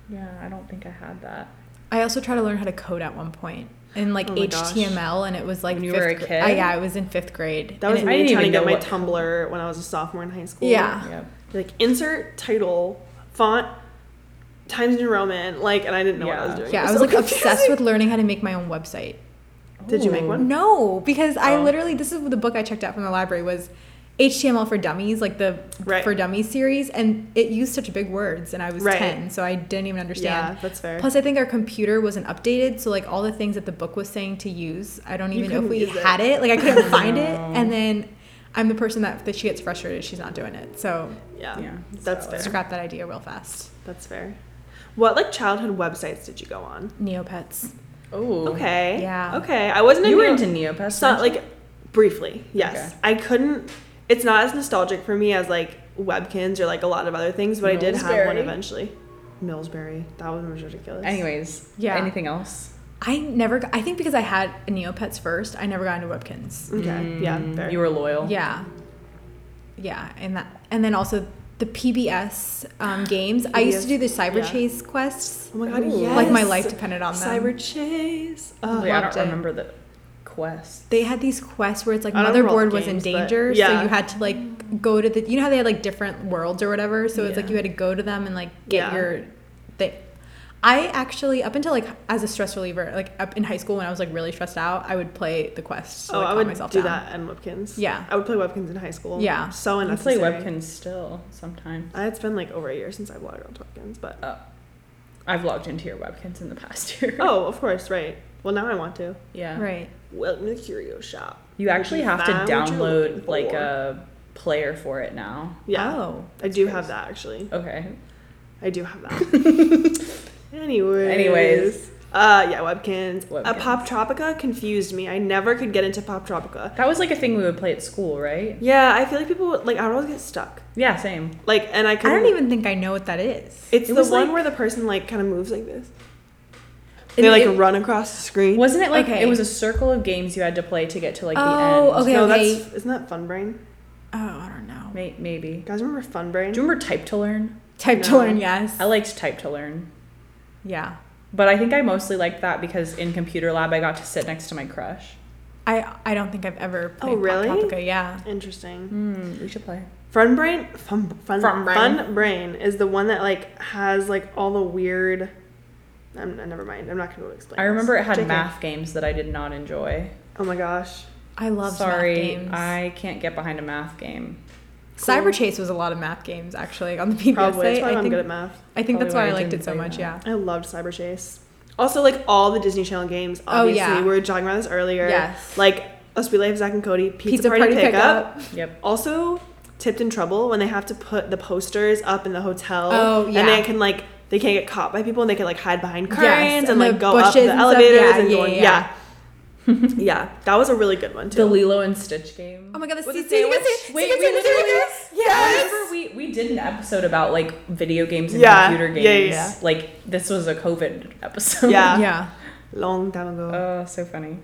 Speaker 2: Yeah, I don't think I had that.
Speaker 3: I also tried to learn how to code at one point in like
Speaker 1: Oh my gosh.
Speaker 3: HTML, and it was like
Speaker 2: When you were a
Speaker 3: fifth
Speaker 2: kid?
Speaker 3: gra- I- yeah, I was in fifth grade.
Speaker 1: That was
Speaker 2: I
Speaker 1: me
Speaker 2: didn't
Speaker 1: trying to
Speaker 2: even
Speaker 1: get
Speaker 2: know
Speaker 1: my
Speaker 2: what-
Speaker 1: Tumblr when I was a sophomore in high school.
Speaker 3: Yeah.
Speaker 2: Yep.
Speaker 1: Like insert title font Times New Roman like and I didn't know what I was
Speaker 2: Yeah.
Speaker 1: doing.
Speaker 3: yeah,
Speaker 1: It
Speaker 3: I was
Speaker 1: so
Speaker 3: like obsessed
Speaker 1: confusing.
Speaker 3: with learning how to make my own website.
Speaker 1: Did you make
Speaker 2: Ooh.
Speaker 1: one?
Speaker 3: No, because I
Speaker 2: Oh.
Speaker 3: literally this is the book I checked out from the library was HTML for Dummies, like the
Speaker 1: Right.
Speaker 3: for Dummies series, and it used such big words, and I was
Speaker 1: Right.
Speaker 3: ten, so I didn't even understand.
Speaker 1: Yeah, that's fair.
Speaker 3: Plus, I think our computer wasn't updated, so like all the things that the book was saying to use, I don't
Speaker 1: You
Speaker 3: even know if
Speaker 1: couldn't
Speaker 3: we
Speaker 1: use it.
Speaker 3: had it. Like I couldn't find it,
Speaker 2: No.
Speaker 3: and then I'm the person that that she gets frustrated she's not doing it. So
Speaker 1: yeah.
Speaker 2: Yeah,
Speaker 1: That's
Speaker 2: solid.
Speaker 1: fair.
Speaker 3: scrap that idea real fast.
Speaker 1: That's fair. What like childhood websites did you go on?
Speaker 3: Neopets.
Speaker 2: Oh.
Speaker 1: Okay.
Speaker 3: Yeah.
Speaker 1: Okay. I wasn't
Speaker 2: You were
Speaker 1: Neo-
Speaker 2: into Neopets.
Speaker 1: It's not
Speaker 2: weren't
Speaker 1: like briefly. Yes.
Speaker 2: Okay.
Speaker 1: I couldn't it's not as nostalgic for me as like Webkins or like a lot of other things, but I did have one
Speaker 2: Millsberry?
Speaker 1: eventually. Millsbury. That one was ridiculous.
Speaker 2: you? Anyways.
Speaker 3: Yeah.
Speaker 2: Anything else?
Speaker 3: I never. Got, I think because I had a Neopets first, I never got into Webkins.
Speaker 1: Okay. yeah.
Speaker 2: Mm,
Speaker 1: Fair.
Speaker 2: You were loyal.
Speaker 3: Yeah, yeah, and that, and then also the PBS um, games. I used to do the Cyber
Speaker 1: yeah.
Speaker 3: Chase quests.
Speaker 1: oh my god.
Speaker 2: Ooh.
Speaker 1: Yes.
Speaker 3: Like my life depended on them.
Speaker 1: Cyber chase. Oh,
Speaker 2: Wait, I don't
Speaker 3: loved it.
Speaker 2: remember the quest.
Speaker 3: They had these quests where it's like
Speaker 1: I don't remember all
Speaker 3: motherboard
Speaker 1: the
Speaker 3: was in
Speaker 1: games, but-
Speaker 3: danger,
Speaker 1: yeah.
Speaker 3: so you had to like go to the. You know how they had like different worlds or whatever, so it's like
Speaker 1: Yeah.
Speaker 3: you had to go to them and like get
Speaker 1: Yeah.
Speaker 3: your. They, I actually up until like as a stress reliever, like up in high school when I was like really stressed out, I would play the quests. To,
Speaker 1: oh,
Speaker 3: like,
Speaker 1: I
Speaker 3: calm
Speaker 1: would
Speaker 3: myself
Speaker 1: do
Speaker 3: down.
Speaker 1: that and Webkins.
Speaker 3: Yeah.
Speaker 1: I would play Webkins in high school.
Speaker 3: Yeah.
Speaker 1: So
Speaker 2: I play
Speaker 1: unnecessary.
Speaker 2: Webkins still sometimes.
Speaker 1: Uh, It's been like over a year since I've logged on to Webkins, but
Speaker 2: Oh. I've logged into your Webkins in the past year.
Speaker 1: oh, of course, right. Well, now I want to.
Speaker 2: Yeah.
Speaker 3: Right.
Speaker 1: Welcome to Curio Shop.
Speaker 2: You actually
Speaker 1: You
Speaker 2: have to
Speaker 1: found what you're looking
Speaker 2: download
Speaker 1: for.
Speaker 2: like a player for it now.
Speaker 1: Yeah.
Speaker 3: Oh.
Speaker 1: I do
Speaker 2: crazy.
Speaker 1: have that actually.
Speaker 2: Okay.
Speaker 1: I do have that. Anyways.
Speaker 2: Anyways.
Speaker 1: Uh, yeah, Webkins. Uh,
Speaker 2: Webkins.
Speaker 1: Pop Tropica confused me. I never could get into Pop Tropica.
Speaker 2: That was like a thing we would play at school, right?
Speaker 1: Yeah, I feel like people would- like I would always get stuck.
Speaker 2: Yeah, same.
Speaker 1: Like, and I
Speaker 3: I
Speaker 1: could.
Speaker 3: don't even think I know what that is.
Speaker 1: It's
Speaker 2: it
Speaker 1: the
Speaker 2: was
Speaker 1: one
Speaker 2: like-
Speaker 1: where the person like kind of moves like this.
Speaker 3: And
Speaker 1: They like
Speaker 3: it-
Speaker 1: run across the screen.
Speaker 2: Wasn't it like
Speaker 3: Okay.
Speaker 2: it was a circle of games you had to play to get to like
Speaker 3: Oh,
Speaker 2: the end?
Speaker 3: okay.
Speaker 1: no, that's isn't that Fun Brain?
Speaker 3: Oh, I don't know.
Speaker 2: May- maybe.
Speaker 1: You guys remember Fun Brain?
Speaker 2: Do you remember Type to Learn?
Speaker 3: Type to
Speaker 1: No.
Speaker 3: learn, yes.
Speaker 2: I liked Type to Learn.
Speaker 3: yeah.
Speaker 2: But I think I mostly liked that because in computer lab I got to sit next to my crush.
Speaker 3: I I don't think I've ever
Speaker 1: Oh,
Speaker 3: played Pop
Speaker 1: really?
Speaker 3: Topica, yeah.
Speaker 1: Interesting.
Speaker 3: Mm-hmm.
Speaker 2: Mm, we should play.
Speaker 1: Fun Brain, fun, fun,
Speaker 2: Fun
Speaker 1: fun, brain.
Speaker 2: Brain.
Speaker 1: is the one that like has like all the weird. I'm never mind. I'm not gonna be able to explain.
Speaker 2: I
Speaker 1: this.
Speaker 2: remember it had
Speaker 1: JK.
Speaker 2: math games that I did not enjoy.
Speaker 1: Oh my gosh.
Speaker 3: I love
Speaker 2: Sorry,
Speaker 3: math games.
Speaker 2: I can't get behind a math game.
Speaker 1: Cool.
Speaker 3: Cyber Chase was a lot of math games actually on the PBS
Speaker 1: Probably. That's
Speaker 3: site.
Speaker 1: why
Speaker 3: I
Speaker 1: I'm
Speaker 3: think,
Speaker 1: good at math.
Speaker 3: I think that's
Speaker 2: Probably
Speaker 3: why
Speaker 2: why
Speaker 3: I
Speaker 2: I
Speaker 3: liked it
Speaker 2: didn't
Speaker 3: so
Speaker 2: play
Speaker 3: much, yeah.
Speaker 1: I loved Cyber Chase. Also, like all the Disney Channel games.
Speaker 3: Oh,
Speaker 1: Obviously,
Speaker 3: yeah.
Speaker 1: we were talking about this earlier.
Speaker 3: Yes.
Speaker 1: Like Us Be Life, Zach and Cody, Pizza, Party, Pickup.
Speaker 2: Yep.
Speaker 1: Also, Tipped in Trouble when they have to put the posters up in the hotel.
Speaker 3: Oh,
Speaker 1: And
Speaker 3: yeah.
Speaker 1: they can like they can't get caught by people and they can like hide behind
Speaker 3: Yes,
Speaker 1: curtains and,
Speaker 3: and
Speaker 1: like
Speaker 3: the
Speaker 1: go up
Speaker 3: bushes
Speaker 1: the
Speaker 3: and stuff.
Speaker 1: elevators
Speaker 3: Yeah,
Speaker 1: and
Speaker 3: yeah,
Speaker 1: going
Speaker 3: yeah,
Speaker 1: yeah. Yeah. that was a really good one too.
Speaker 2: The Lilo and Stitch game.
Speaker 3: Oh my god, the
Speaker 1: With the
Speaker 3: see, see, you can
Speaker 1: sandwich?
Speaker 3: see-
Speaker 2: Wait,
Speaker 3: see, you
Speaker 2: we
Speaker 3: can see-
Speaker 2: literally-
Speaker 3: yes!
Speaker 2: Remember we, we did an episode about like video games and
Speaker 1: Yeah,
Speaker 2: computer
Speaker 1: yeah,
Speaker 2: games.
Speaker 1: yeah, yeah.
Speaker 2: Like this was a COVID episode.
Speaker 1: Yeah.
Speaker 3: Yeah.
Speaker 1: Long time ago.
Speaker 2: Oh, so funny.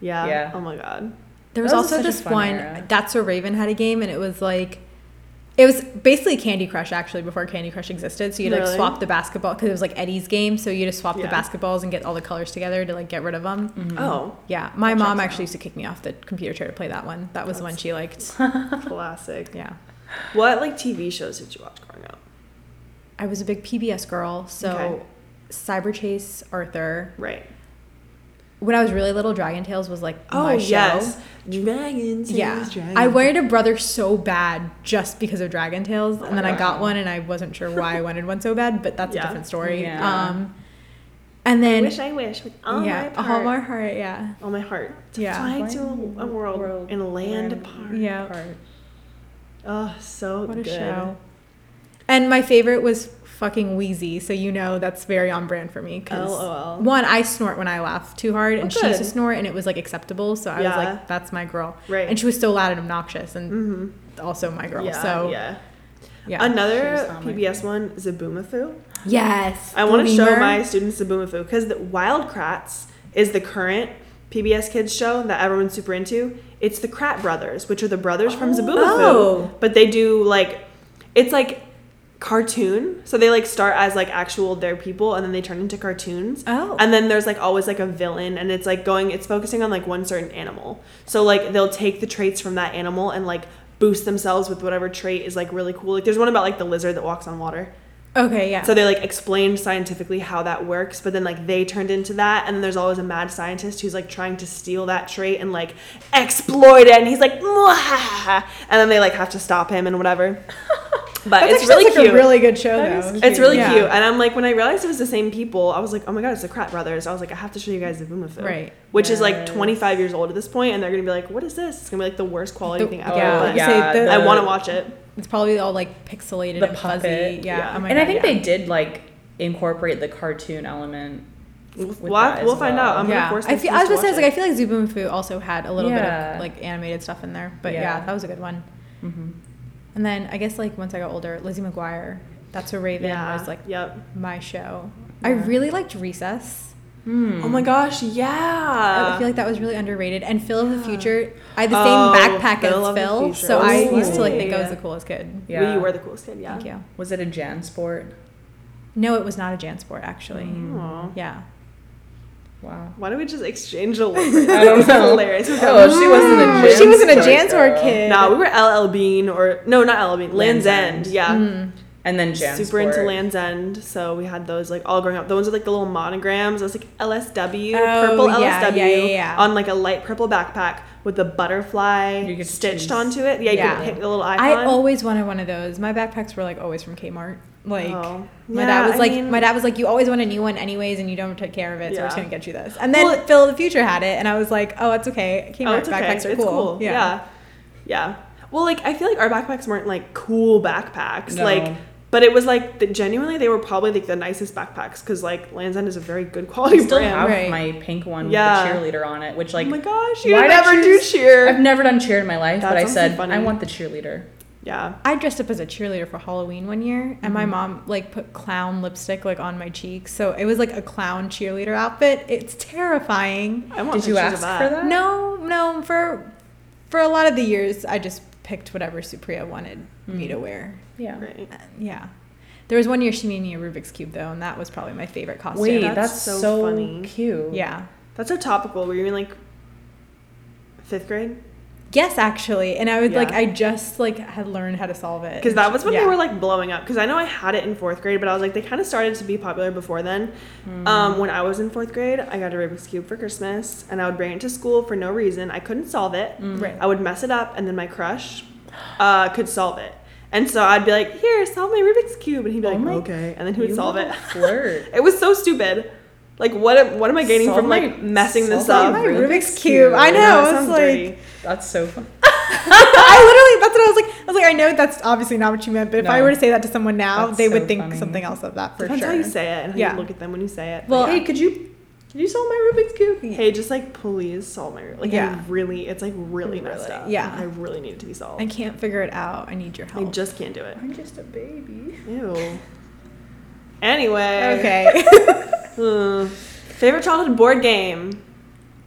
Speaker 1: yeah.
Speaker 2: yeah.
Speaker 1: Oh my god.
Speaker 3: There was,
Speaker 2: That was
Speaker 3: also
Speaker 2: such a
Speaker 3: this
Speaker 2: fun
Speaker 3: one
Speaker 2: era.
Speaker 3: That's Where Raven had a game and it was like it was basically Candy Crush actually before Candy Crush existed. So you'd like
Speaker 1: Really?
Speaker 3: swap the basketball because it was like Eddie's game. So you just swap
Speaker 1: Yeah.
Speaker 3: the basketballs and get all the colors together to like get rid of them.
Speaker 2: Mm-hmm.
Speaker 1: Oh,
Speaker 3: Yeah, my
Speaker 2: That
Speaker 3: mom
Speaker 2: checks out.
Speaker 3: actually used to kick me off the computer chair to play that one. That was the one she liked.
Speaker 1: classic.
Speaker 3: Yeah.
Speaker 1: What like TV shows did you watch growing up?
Speaker 3: I was a big PBS girl, so
Speaker 1: Okay.
Speaker 3: Cyber Chase, Arthur.
Speaker 1: Right.
Speaker 3: When I was really little, Dragon Tales was like
Speaker 1: Oh
Speaker 3: my show.
Speaker 1: yes, dragons.
Speaker 3: Yeah.
Speaker 1: dragons.
Speaker 3: I wanted a brother so bad just because of Dragon Tales, and
Speaker 2: my
Speaker 3: then I got
Speaker 2: God.
Speaker 3: one and I wasn't sure why I wanted one so bad, but that's
Speaker 1: Yeah.
Speaker 3: a different story.
Speaker 2: Yeah.
Speaker 3: Um And then
Speaker 1: wish I wish with all
Speaker 3: yeah,
Speaker 1: my
Speaker 3: all
Speaker 1: heart,
Speaker 3: my heart, yeah.
Speaker 1: all my heart to
Speaker 3: Yeah.
Speaker 1: fly to a, a world, and land apart.
Speaker 3: Yeah.
Speaker 1: Oh, so
Speaker 3: What a
Speaker 1: good.
Speaker 3: show. And my favorite was fucking wheezy, so you know that's very on brand for me. 'cause
Speaker 1: LOL.
Speaker 3: One, I snort when I laugh too hard, and
Speaker 1: Oh,
Speaker 3: she used to
Speaker 1: good.
Speaker 3: snort, and it was like acceptable. So I
Speaker 1: Yeah.
Speaker 3: was like, "That's my girl."
Speaker 1: Right.
Speaker 3: And she was so loud and obnoxious, and
Speaker 1: mm-hmm.
Speaker 3: also my girl.
Speaker 1: Yeah,
Speaker 3: so yeah,
Speaker 1: yeah.
Speaker 2: She was
Speaker 1: Another
Speaker 2: not my
Speaker 1: PBS one, Zabumafu.
Speaker 3: yes.
Speaker 1: I want to show
Speaker 3: Gleamer.
Speaker 1: my students Zabumafu because the Wild Kratts is the current PBS kids show that everyone's super into. It's the Krat brothers, which are the brothers from Zabumafu,
Speaker 3: Oh.
Speaker 1: but they do like it's like cartoon. So they like start as like actual their people and then they turn into cartoons.
Speaker 3: Oh.
Speaker 1: And then there's like always like a villain and it's like going it's focusing on like one certain animal. So like they'll take the traits from that animal and like boost themselves with whatever trait is like really cool. Like there's one about like the lizard that walks on water.
Speaker 3: Oh. okay, yeah.
Speaker 1: So they like explained scientifically how that works, but then like they turned into that, and then there's always a mad scientist who's like trying to steal that trait and like exploit it, and he's like, "Mwahaha," and then they like have to stop him and whatever. But
Speaker 3: That's
Speaker 1: it's
Speaker 3: actually
Speaker 1: really
Speaker 3: like
Speaker 1: cute.
Speaker 3: a really good show
Speaker 2: That
Speaker 3: though.
Speaker 2: is
Speaker 1: it's really
Speaker 3: Oh, Yeah.
Speaker 1: cute, and I'm like, when I realized it was the same people, I was like, oh my god, it's the Krat Brothers. I was like, I have to show you guys the Boomafoo,
Speaker 3: Right.
Speaker 1: Which is like
Speaker 2: Yes.
Speaker 1: 25 years old at this point, and they're gonna be like, what is this? It's gonna be like the worst quality
Speaker 3: The-
Speaker 1: thing ever.
Speaker 3: yeah,
Speaker 1: Oh, but
Speaker 3: yeah. Say the-
Speaker 1: I want to watch it.
Speaker 3: It's probably all like pixelated
Speaker 2: The
Speaker 3: and fuzzy.
Speaker 2: puppet.
Speaker 3: Yeah.
Speaker 1: Yeah.
Speaker 3: Oh my
Speaker 2: and I
Speaker 3: God,
Speaker 2: think
Speaker 3: yeah.
Speaker 2: they did like incorporate the cartoon element.
Speaker 1: We'll,
Speaker 2: that as
Speaker 1: we'll find
Speaker 2: well.
Speaker 1: out. I'm gonna
Speaker 3: yeah.
Speaker 1: force.
Speaker 3: I
Speaker 1: my
Speaker 3: feel. I
Speaker 1: students
Speaker 3: was gonna say, I was
Speaker 1: to watch
Speaker 3: like, I
Speaker 1: it.
Speaker 3: feel like Zubumafu also had a little
Speaker 2: Yeah.
Speaker 3: bit of like animated stuff in there, but yeah,
Speaker 2: Yeah.
Speaker 3: that was a good one.
Speaker 2: Mm-hmm.
Speaker 3: And then I guess like once I got older, Lizzie McGuire, That's a Raven
Speaker 1: yeah.
Speaker 3: was like
Speaker 1: yep.
Speaker 3: my show. I
Speaker 2: Yeah.
Speaker 3: really liked Recess.
Speaker 2: Hmm.
Speaker 1: Oh my gosh, yeah.
Speaker 3: I feel like that was really underrated. And Phil of the
Speaker 1: Yeah.
Speaker 3: Future, I had the
Speaker 1: Oh,
Speaker 3: same backpack
Speaker 1: Phil
Speaker 3: as
Speaker 1: of the
Speaker 3: Phil,
Speaker 1: Future.
Speaker 3: so I
Speaker 2: Oh,
Speaker 3: used to like
Speaker 1: slay.
Speaker 3: think I was the coolest kid.
Speaker 1: We
Speaker 2: Yeah.
Speaker 1: were the coolest kid, yeah.
Speaker 3: Thank you.
Speaker 2: Was it a Jan sport?
Speaker 3: No, it was not a JanSport actually.
Speaker 1: Mm. Aw.
Speaker 3: Yeah.
Speaker 2: Wow.
Speaker 1: Why don't we just exchange a word?
Speaker 2: I don't
Speaker 1: That's
Speaker 2: know.
Speaker 1: hilarious.
Speaker 2: Oh, she wasn't a
Speaker 3: Mm,
Speaker 2: Jan
Speaker 3: She wasn't a
Speaker 2: sport
Speaker 3: JanSport
Speaker 2: girl.
Speaker 3: kid.
Speaker 1: Nah, we were LL Bean or no, not LL Bean, Land's,
Speaker 2: Land's
Speaker 1: End.
Speaker 2: End.
Speaker 1: Yeah.
Speaker 3: Mm.
Speaker 2: And then Jan
Speaker 1: Super
Speaker 2: sport.
Speaker 1: into Land's End, so we had those like all growing up. The ones with like the little monograms. It was like LSW,
Speaker 3: Oh,
Speaker 1: purple
Speaker 3: yeah, yeah,
Speaker 1: LSW
Speaker 3: yeah, yeah.
Speaker 1: on like a light purple backpack with the
Speaker 2: You
Speaker 1: butterfly
Speaker 2: could
Speaker 1: stitched
Speaker 2: choose.
Speaker 1: onto it. Yeah, you
Speaker 3: Yeah.
Speaker 1: could pick the little icon.
Speaker 3: I always wanted one of those. My backpacks were like always from Kmart. Like
Speaker 1: Oh.
Speaker 3: my
Speaker 1: Yeah,
Speaker 3: dad was
Speaker 1: I
Speaker 3: like
Speaker 1: mean-
Speaker 3: my dad was like you always want a new one anyways and you don't take care of it so we're just
Speaker 1: Yeah.
Speaker 3: gonna get you this. And then
Speaker 1: Well, it-
Speaker 3: Phil of the Future had it and I was like oh it's okay Kmart
Speaker 1: Oh, it's okay.
Speaker 3: backpacks
Speaker 1: It's
Speaker 3: are
Speaker 1: cool.
Speaker 3: cool.
Speaker 1: Yeah. yeah. Well, like I feel like our backpacks weren't like cool backpacks.
Speaker 2: No.
Speaker 1: Like but it was like the, genuinely they were probably like the nicest backpacks cuz like Lands End is a very good quality
Speaker 2: I still
Speaker 1: brand.
Speaker 2: have
Speaker 3: Right.
Speaker 2: my pink one
Speaker 1: Yeah.
Speaker 2: with the cheerleader on it, which
Speaker 1: oh
Speaker 2: like
Speaker 1: my gosh, you
Speaker 2: why did I
Speaker 1: never do
Speaker 2: choose-
Speaker 1: cheer.
Speaker 2: I've never done cheer in my life,
Speaker 1: That
Speaker 2: but I
Speaker 1: sounds
Speaker 2: said
Speaker 1: funny.
Speaker 2: I want the cheerleader.
Speaker 1: yeah.
Speaker 3: I dressed up as a cheerleader for Halloween one year,
Speaker 1: Mm-hmm.
Speaker 3: and my mom like put clown lipstick like on my cheeks, so it was like a clown cheerleader outfit. It's terrifying.
Speaker 1: I want
Speaker 2: Did you ask
Speaker 1: pictures
Speaker 2: for
Speaker 1: of that.
Speaker 2: that?
Speaker 3: No, no, for for a lot of the years, I just picked whatever Supriya wanted
Speaker 1: Mm.
Speaker 3: me to wear.
Speaker 2: Yeah.
Speaker 1: Right.
Speaker 3: Uh, yeah, there was one year she made me a Rubik's cube though, and that was probably my favorite costume.
Speaker 2: Wait,
Speaker 1: that's
Speaker 2: that's,
Speaker 1: so
Speaker 2: so,
Speaker 1: funny.
Speaker 2: cute.
Speaker 3: Yeah.
Speaker 1: That's so topical. Were you in like 5th grade?
Speaker 3: Yes, actually, and I would like
Speaker 1: Yeah.
Speaker 3: I just like had learned how to solve
Speaker 2: Uh,
Speaker 3: it.
Speaker 1: Because that was when
Speaker 3: Yeah.
Speaker 1: they were like blowing up. Because I know I had it in fourth grade, but I was like, they kind of started to be popular before then.
Speaker 2: Hmm. Mm-hmm.
Speaker 1: Um, when I was in fourth grade, I got a Rubik's Cube for Christmas and I would bring it to school for no reason. I couldn't solve it.
Speaker 2: Hmm.
Speaker 3: Right.
Speaker 1: I would mess it up and then my crush uh, could solve it. And so I'd be like, here, solve my Rubik's Cube. And he'd be
Speaker 2: Oh
Speaker 1: like,
Speaker 2: my-
Speaker 1: okay. And then he would
Speaker 2: You
Speaker 1: solve it.
Speaker 2: little Flirt.
Speaker 1: It was so stupid. Like, what, am- what am I gaining
Speaker 2: Solve
Speaker 1: from like
Speaker 2: my-
Speaker 1: messing this
Speaker 2: solve
Speaker 1: up?
Speaker 3: my
Speaker 2: Rubik's
Speaker 3: Rubik's cube.
Speaker 2: cube.
Speaker 3: I
Speaker 1: I know,
Speaker 3: know.
Speaker 1: it
Speaker 3: It's
Speaker 1: sounds
Speaker 3: like
Speaker 1: dirty.
Speaker 2: That's so fun.
Speaker 3: I literally, that's what I was like. I was like, I know that's obviously not what you meant, but if I
Speaker 2: No.
Speaker 3: were to say that to someone now,
Speaker 2: That's
Speaker 3: they
Speaker 2: so
Speaker 3: would think
Speaker 2: funny.
Speaker 3: something else of that for
Speaker 1: Depends
Speaker 3: sure.
Speaker 1: how you say it and how
Speaker 3: Yeah.
Speaker 1: you look at them when you say it.
Speaker 3: Well,
Speaker 1: But
Speaker 2: hey, could you could you solve my Rubik's cube?
Speaker 1: hey, just like please solve my like
Speaker 3: Yeah.
Speaker 1: I really it's like really messed
Speaker 2: Really,
Speaker 1: up.
Speaker 3: yeah.
Speaker 1: Like, I really need it to be
Speaker 3: I
Speaker 1: solved.
Speaker 3: can't figure it out. I need your
Speaker 1: I
Speaker 3: help.
Speaker 1: just can't do it.
Speaker 2: I'm just a baby.
Speaker 1: Ew. Anyway.
Speaker 3: okay.
Speaker 1: Hmm. Favorite childhood board game?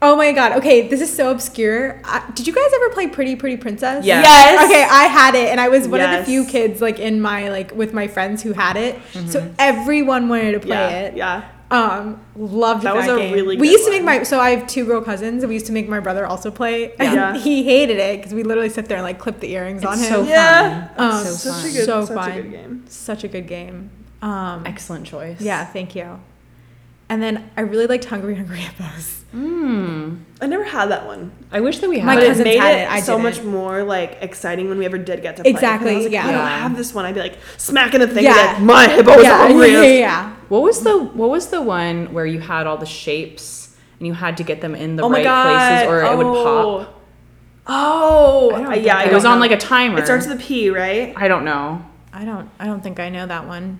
Speaker 3: oh my god. Okay, this is so obscure. I, did you guys ever play Pretty Pretty Princess?
Speaker 2: Yes.
Speaker 1: Yes.
Speaker 3: Okay, I had it, and I was one of
Speaker 1: Yes.
Speaker 3: the few kids like in my like with my friends who had it. So everyone wanted to play
Speaker 1: Mm-hmm. yeah. Yeah.
Speaker 3: it. Um, loved
Speaker 1: That
Speaker 3: that,
Speaker 1: was a
Speaker 3: game.
Speaker 1: really
Speaker 3: We
Speaker 1: good
Speaker 3: used to make
Speaker 1: one.
Speaker 3: my so I have two girl cousins and we used to make my brother also play. And
Speaker 1: Yeah.
Speaker 3: he hated it because we literally sit there and like clip the earrings on
Speaker 2: It's
Speaker 3: him.
Speaker 2: so
Speaker 1: Yeah.
Speaker 2: fun.
Speaker 3: Um,
Speaker 2: so
Speaker 3: such
Speaker 2: fun.
Speaker 1: Such a good,
Speaker 3: So
Speaker 1: such a
Speaker 3: fun.
Speaker 1: good game.
Speaker 3: Such a good game. Um,
Speaker 2: Excellent choice.
Speaker 3: yeah, thank you. And then I really liked Hungry Hungry Hippos.
Speaker 2: Mm.
Speaker 1: I never had that one.
Speaker 2: I wish that we had.
Speaker 3: My
Speaker 1: but
Speaker 2: it.
Speaker 1: it
Speaker 3: cousins
Speaker 1: made
Speaker 3: had
Speaker 1: it,
Speaker 3: it, I
Speaker 1: so much
Speaker 3: didn't.
Speaker 1: more like exciting when we ever did get to play. it, 'cause I
Speaker 3: Exactly,
Speaker 1: was like,
Speaker 3: yeah.
Speaker 1: I don't
Speaker 2: Yeah.
Speaker 1: have this one. I'd be like smacking the thing. Yeah.
Speaker 3: Yeah.
Speaker 1: Like, My
Speaker 2: Oh,
Speaker 1: hippo is
Speaker 3: yeah,
Speaker 1: hungry.
Speaker 3: yeah, yeah.
Speaker 2: What was the What was the one where you had all the shapes and you had to get them in the
Speaker 1: oh my
Speaker 2: right
Speaker 1: god!
Speaker 2: places or
Speaker 1: oh.
Speaker 2: it would pop?
Speaker 1: Oh,
Speaker 2: I don't
Speaker 1: yeah.
Speaker 2: think
Speaker 1: I
Speaker 2: it was
Speaker 1: don't
Speaker 2: on
Speaker 1: know.
Speaker 2: like a timer.
Speaker 1: It starts with a P, right?
Speaker 2: I don't know.
Speaker 3: I don't. I don't think I know that one.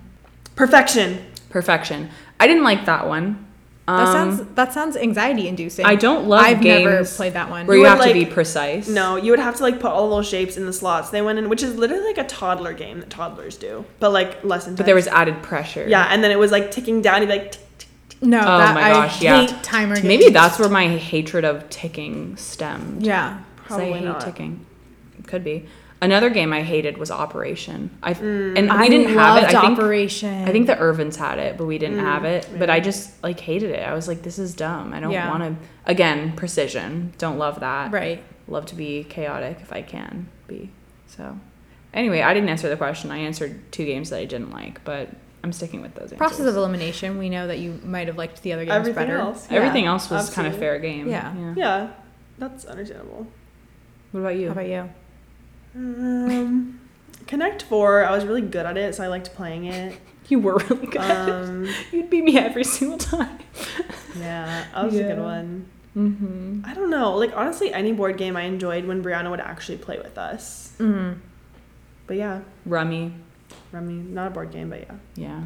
Speaker 1: Perfection.
Speaker 2: Perfection. I didn't like that one. Um,
Speaker 3: That sounds. That sounds anxiety inducing.
Speaker 2: I don't love
Speaker 3: I've never
Speaker 2: games
Speaker 3: played that one.
Speaker 2: where
Speaker 1: You
Speaker 2: you,
Speaker 1: would,
Speaker 2: have to
Speaker 1: like-
Speaker 2: be precise.
Speaker 1: No, you would have to like put all those shapes in the slots they went in, which is literally like a toddler game that toddlers do, but like less intense.
Speaker 2: But there was added pressure.
Speaker 1: yeah, and then it was like ticking down. You'd be like, tick, tick.
Speaker 3: No.
Speaker 2: Oh
Speaker 3: that,
Speaker 2: my gosh,
Speaker 3: I
Speaker 2: yeah.
Speaker 3: Hate timer. Games.
Speaker 2: Maybe that's where my hatred of ticking stemmed.
Speaker 3: Yeah.
Speaker 2: 'Cause I
Speaker 1: Probably
Speaker 2: hate
Speaker 1: not.
Speaker 2: ticking. Could be. Another game I hated was Operation. I and
Speaker 3: I
Speaker 2: we didn't have it.
Speaker 3: loved
Speaker 2: I think
Speaker 3: Operation.
Speaker 2: I think the Irvins had it, but we didn't have it. But
Speaker 1: yeah.
Speaker 2: I just like hated it. I was like, this is dumb. I don't
Speaker 3: Yeah.
Speaker 2: want to. Again, precision. Don't love that.
Speaker 3: Right.
Speaker 2: Love to be chaotic if I can be. So, anyway, I didn't answer the question. I answered two games that I didn't like, but I'm sticking with those.
Speaker 3: Process
Speaker 2: answers.
Speaker 3: of elimination. We know that you might have liked the other games
Speaker 1: Everything
Speaker 3: better.
Speaker 1: else,
Speaker 3: Yeah.
Speaker 2: Everything else was kind of
Speaker 1: absolutely.
Speaker 2: fair game.
Speaker 3: Yeah.
Speaker 1: yeah, that's understandable.
Speaker 2: What about you?
Speaker 3: How about you?
Speaker 1: Um, Connect Four. I was really good at it, so I liked playing it.
Speaker 2: you were really good. at it.
Speaker 1: Um,
Speaker 2: You'd beat me every single time.
Speaker 1: yeah, that was a good
Speaker 2: Yeah.
Speaker 1: one.
Speaker 2: Mm-hmm.
Speaker 1: I don't know. Like honestly, any board game I enjoyed when Brianna would actually play with us.
Speaker 3: Mm.
Speaker 1: But yeah,
Speaker 2: Rummy.
Speaker 1: Rummy, not a board game, but yeah,
Speaker 2: Yeah.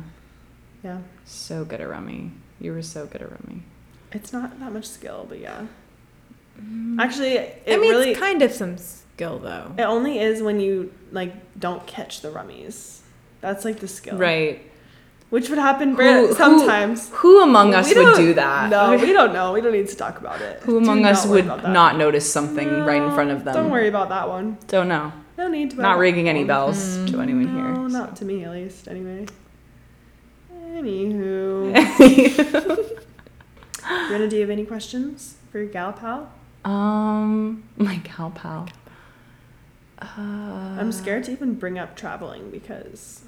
Speaker 1: yeah.
Speaker 2: So good at rummy. You were so good at rummy.
Speaker 1: It's not that much skill, but yeah.
Speaker 2: Mm.
Speaker 1: Actually, it
Speaker 3: I mean,
Speaker 1: really
Speaker 3: it's kind of some skill though.
Speaker 1: It only is when you like don't catch the rummies. That's like the skill,
Speaker 2: Right.
Speaker 1: Which would happen
Speaker 2: Who- who-
Speaker 1: sometimes.
Speaker 2: Who among us
Speaker 1: We
Speaker 2: would
Speaker 1: don't-
Speaker 2: do that?
Speaker 1: No, we don't know. We don't need to talk about it.
Speaker 2: Who
Speaker 1: Do
Speaker 2: among us
Speaker 1: worry
Speaker 2: would
Speaker 1: about that.
Speaker 2: not notice something right in front of
Speaker 1: No,
Speaker 2: them?
Speaker 1: Don't worry about that one.
Speaker 2: Don't know.
Speaker 1: No need to. worry
Speaker 2: Not
Speaker 1: about
Speaker 2: ringing
Speaker 1: that
Speaker 2: any
Speaker 1: one.
Speaker 2: bells
Speaker 3: Mm.
Speaker 2: to anyone
Speaker 1: No,
Speaker 2: here.
Speaker 1: not to me at least. Anyway. Anywho, Brianna, do you have any questions for your gal pal?
Speaker 2: um, my gal pal. Uh,
Speaker 1: I'm scared to even bring up traveling because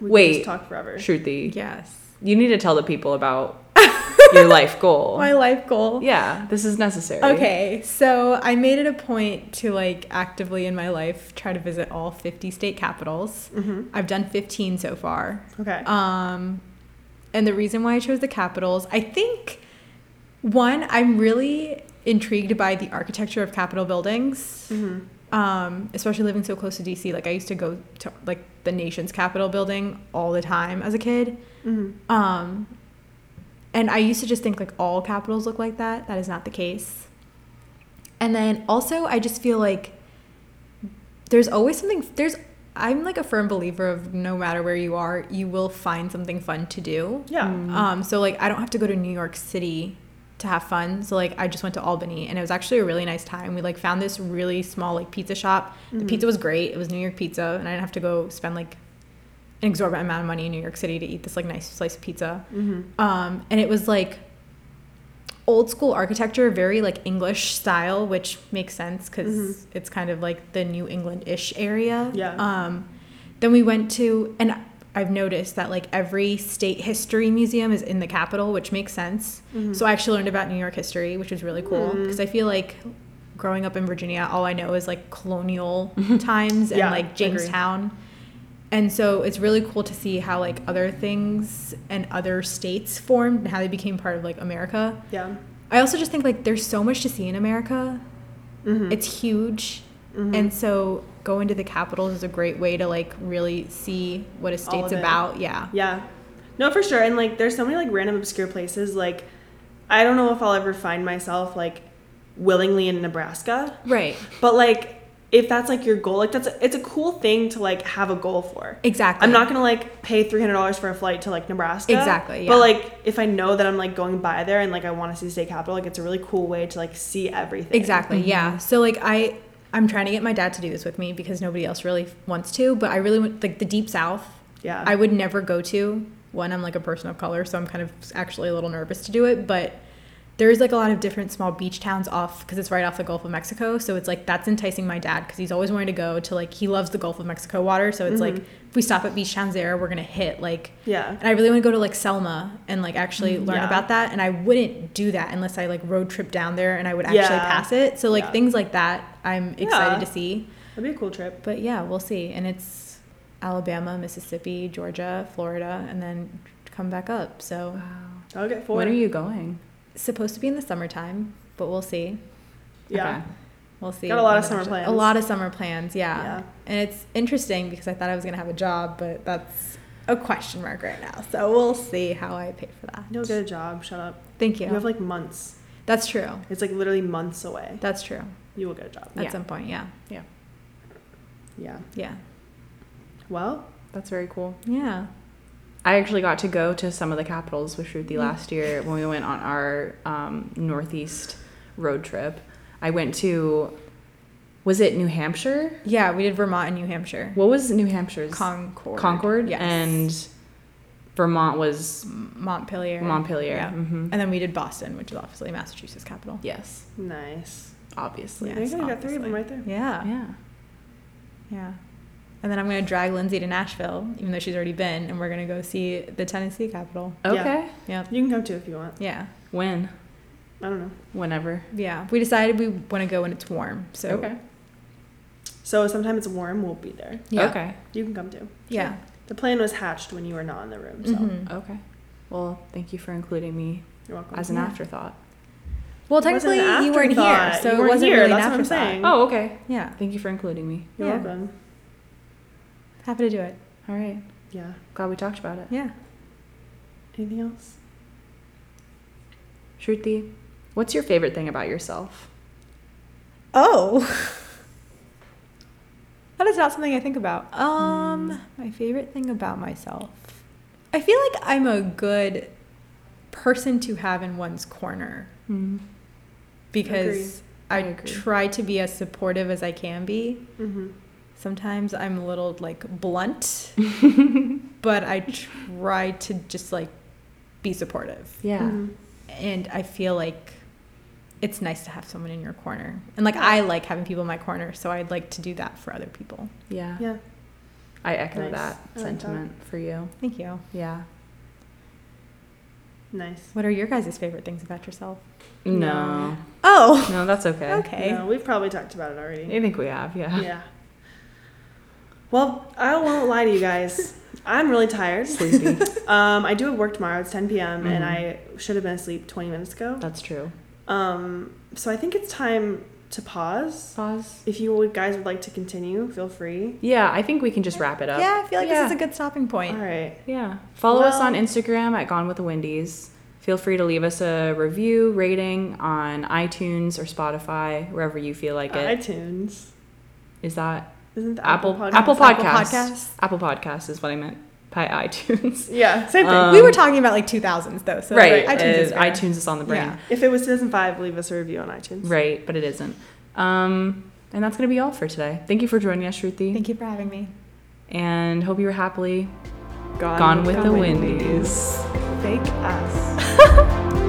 Speaker 1: we could
Speaker 2: Wait.
Speaker 1: just talk forever.
Speaker 2: Shruti,
Speaker 3: Yes.
Speaker 2: you need to tell the people about your life goal.
Speaker 3: My life goal.
Speaker 2: yeah, this is necessary.
Speaker 3: Okay, so I made it a point to like actively in my life try to visit all 50 state capitals.
Speaker 1: Mhm.
Speaker 3: I've done 15 so far.
Speaker 1: Okay.
Speaker 3: Um, and the reason why I chose the capitals, I think one, I'm really intrigued by the architecture of capitol buildings.
Speaker 1: Mhm.
Speaker 3: Um, especially living so close to DC, like I used to go to like the nation's capitol building all the time as a kid.
Speaker 1: Mhm.
Speaker 3: Um, and I used to just think like all capitals look like that. That is not the case. And then also, I just feel like there's always something. There's I'm like a firm believer of no matter where you are, you will find something fun to do.
Speaker 1: Yeah.
Speaker 2: Mm. Mm-hmm.
Speaker 3: Um, so like I don't have to go to New York City to have fun. So like I just went to Albany and it was actually a really nice time. We like found this really small like pizza shop.
Speaker 1: Mm-hmm.
Speaker 3: The pizza was great. It was New York pizza and I didn't have to go spend like an exorbitant amount of money in New York City to eat this like nice slice of pizza.
Speaker 1: Mm-hmm.
Speaker 3: Um, and it was like old school architecture, very like English style, which makes sense because
Speaker 1: Mhm.
Speaker 3: it's kind of like the New England ish area.
Speaker 1: Yeah.
Speaker 3: Um, then we went to, and I've noticed that like every state history museum is in the capital, which makes sense.
Speaker 1: Mm-hmm.
Speaker 3: So I actually learned about New York history, which was really cool
Speaker 1: Mm.
Speaker 3: because I feel like growing up in Virginia, all I know is like colonial times and
Speaker 1: Yeah,
Speaker 3: like
Speaker 1: agree.
Speaker 3: Jamestown. And so it's really cool to see how like other things and other states formed and how they became part of like America.
Speaker 1: Yeah.
Speaker 3: I also just think like there's so much to see in America.
Speaker 1: Mm-hmm. Hmm.
Speaker 3: It's huge. And so going to the capitals is a great way to like really see what a
Speaker 1: All of
Speaker 3: state's
Speaker 1: it.
Speaker 3: about. Yeah.
Speaker 1: Yeah. No, for sure. And like there's so many like random obscure places. Like I don't know if I'll ever find myself like willingly in Nebraska.
Speaker 3: Right.
Speaker 1: But like if that's like your goal, like that's it's a cool thing to like have a goal for.
Speaker 3: Exactly.
Speaker 1: I'm not gonna like pay three hundred dollars for a flight to like Nebraska.
Speaker 3: Exactly, yeah.
Speaker 1: But like if I know that I'm like going by there and like I want to see state capital, like it's a really cool way to like see everything.
Speaker 3: Exactly. Yeah. So like I I'm trying to get my dad to do this with me because nobody else really wants to, but I really want like the deep south
Speaker 1: Yeah.
Speaker 3: I would never go to one. I'm like a person of color, so I'm kind of actually a little nervous to do it. But there's like a lot of different small beach towns off because it's right off the Gulf of Mexico. So it's like that's enticing my dad because he's always wanted to go to like he loves the Gulf of Mexico water. So it's like if we stop at beach towns there, we're gonna hit like
Speaker 1: Yeah.
Speaker 3: and I really want to go to like Selma and like actually learn
Speaker 1: Mm, yeah.
Speaker 3: about that. And I wouldn't do that unless I like road trip down there and I would actually
Speaker 1: Yeah.
Speaker 3: pass it. So like
Speaker 1: Yeah.
Speaker 3: things like that, I'm excited
Speaker 1: Yeah.
Speaker 3: to see.
Speaker 1: That'd be a cool trip.
Speaker 3: But yeah, we'll see. And it's Alabama, Mississippi, Georgia, Florida, and then come back up. So
Speaker 2: Wow.
Speaker 1: I'll get four.
Speaker 2: When are you going?
Speaker 3: supposed to be in the summertime, but we'll see.
Speaker 1: Yeah.
Speaker 2: Okay.
Speaker 3: We'll see.
Speaker 1: Got a lot
Speaker 3: when
Speaker 1: of
Speaker 3: it
Speaker 1: summer
Speaker 3: actually- A
Speaker 1: plans.
Speaker 3: lot of summer plans, yeah.
Speaker 1: Yeah.
Speaker 3: And it's interesting because I thought I was gonna have a job, but that's a question mark right now. So we'll see how I pay for that.
Speaker 1: You'll get a job. Shut up.
Speaker 3: Thank you.
Speaker 1: You have like months.
Speaker 3: that's true.
Speaker 1: It's like literally months away.
Speaker 3: That's true.
Speaker 1: You will get a job.
Speaker 3: At
Speaker 2: Yeah.
Speaker 3: some point, yeah. Yeah.
Speaker 1: Yeah.
Speaker 3: Yeah.
Speaker 1: Well,
Speaker 2: That's very cool.
Speaker 3: Yeah.
Speaker 2: I actually got to go to some of the capitals with Shruti
Speaker 3: Mm-hmm.
Speaker 2: last year when we went on our um, Northeast road trip. I went to, was it New Hampshire?
Speaker 3: Yeah, we did Vermont and New Hampshire.
Speaker 2: What was New Hampshire's?
Speaker 3: Concord.
Speaker 2: Concord.
Speaker 3: Yes.
Speaker 2: And Vermont was
Speaker 3: Montpelier.
Speaker 2: Montpelier.
Speaker 3: Yeah.
Speaker 2: hmm
Speaker 3: And then we did Boston, which is obviously Massachusetts capital.
Speaker 2: Yes,
Speaker 1: nice.
Speaker 2: obviously.
Speaker 1: I
Speaker 3: Yes,
Speaker 1: think I got three of
Speaker 3: obviously.
Speaker 1: them right there.
Speaker 3: Yeah. Yeah.
Speaker 2: Yeah.
Speaker 3: And then I'm going to drag Lindsay to Nashville, even though she's already been, and we're going to go see the Tennessee capital.
Speaker 1: Yeah.
Speaker 2: Okay.
Speaker 3: Yep.
Speaker 1: You can come too if you want.
Speaker 3: Yeah.
Speaker 2: When?
Speaker 1: I don't know.
Speaker 2: Whenever.
Speaker 3: Yeah. We decided we want to go when it's warm. So,
Speaker 2: okay.
Speaker 1: So sometime it's warm, we'll be there.
Speaker 3: yeah.
Speaker 2: Okay.
Speaker 1: You can come too.
Speaker 3: Yeah.
Speaker 1: The plan was hatched when you were not in the room, so
Speaker 3: Mhm.
Speaker 2: Okay. Well, thank you for including me
Speaker 1: you're welcome.
Speaker 2: as an
Speaker 3: Yeah.
Speaker 2: afterthought.
Speaker 3: Well,
Speaker 1: It wasn't
Speaker 3: technically,
Speaker 1: an
Speaker 3: you weren't here.
Speaker 1: afterthought.
Speaker 3: So,
Speaker 1: You
Speaker 3: it
Speaker 1: weren't
Speaker 3: wasn't
Speaker 1: here,
Speaker 3: really
Speaker 1: that's
Speaker 3: an
Speaker 1: what I'm
Speaker 3: afterthought.
Speaker 1: saying.
Speaker 2: Oh, okay.
Speaker 3: Yeah.
Speaker 2: Thank you for including me.
Speaker 1: You're
Speaker 3: Yeah.
Speaker 1: welcome.
Speaker 3: Happy to do it.
Speaker 2: All right.
Speaker 1: Yeah.
Speaker 2: Glad we talked about it.
Speaker 3: Yeah.
Speaker 1: Anything else?
Speaker 2: Shruti, what's your favorite thing about yourself?
Speaker 3: Oh. that is not something I think about. Um,
Speaker 2: Hmm.
Speaker 3: my favorite thing about myself. I feel like I'm a good person to have in one's corner because
Speaker 2: I
Speaker 3: I,
Speaker 2: agree.
Speaker 3: try to be as supportive as I can be.
Speaker 1: Mm-hmm.
Speaker 3: Sometimes I'm a little like blunt, but I try to just like be supportive
Speaker 2: Yeah.
Speaker 1: Mm-hmm.
Speaker 3: and I feel like it's nice to have someone in your corner. And like I like having people in my corner, so I'd like to do that for other people.
Speaker 2: Yeah.
Speaker 1: Yeah.
Speaker 2: I echo
Speaker 1: Nice.
Speaker 2: that
Speaker 1: I like that.
Speaker 2: sentiment for you.
Speaker 3: Thank you.
Speaker 2: Yeah.
Speaker 1: Nice.
Speaker 3: What are your guys' favorite things about yourself?
Speaker 2: No.
Speaker 3: Oh,
Speaker 2: No, that's okay.
Speaker 3: okay.
Speaker 1: No, we've probably talked about it already.
Speaker 2: I think we have, yeah.
Speaker 1: yeah. Well, I won't lie to you guys. I'm really tired.
Speaker 2: Sleepy.
Speaker 1: Um, I do have work tomorrow. It's 10 p.m. and
Speaker 2: Mhm.
Speaker 1: I should have been asleep 20 minutes ago.
Speaker 2: That's true.
Speaker 1: Um, so I think it's time to pause.
Speaker 2: Pause.
Speaker 1: If you would- guys would like to continue, feel free.
Speaker 2: Yeah, I think we can just wrap it up.
Speaker 3: Yeah, I feel like
Speaker 2: Yeah.
Speaker 3: this is a good stopping point.
Speaker 1: All right.
Speaker 2: Yeah. Follow us
Speaker 1: Well-
Speaker 2: on Instagram at Gone with the Windies. Feel free to leave us a review rating on iTunes or Spotify, wherever you feel like it.
Speaker 1: iTunes.
Speaker 2: Is that
Speaker 1: Isn't the
Speaker 2: Apple
Speaker 1: Apple,
Speaker 2: Apple,
Speaker 1: Podcast?
Speaker 3: Apple
Speaker 2: Podcast?
Speaker 3: Podcasts.
Speaker 2: Apple Podcast is what I meant by iTunes.
Speaker 1: Yeah, same thing.
Speaker 2: Um,
Speaker 3: we were talking about like 2000s though, so
Speaker 2: right.
Speaker 3: like,
Speaker 2: iTunes,
Speaker 3: iTunes
Speaker 2: is,
Speaker 3: is fair.
Speaker 2: iTunes is on the brain.
Speaker 3: Yeah.
Speaker 1: if it was 2005, leave us a review on iTunes.
Speaker 2: Right, but it isn't. Um, and that's going to be all for today. Thank you for joining us, Shruti.
Speaker 3: Thank you for having me.
Speaker 2: And hope you were happily gone, with the Windies.
Speaker 1: Fake us.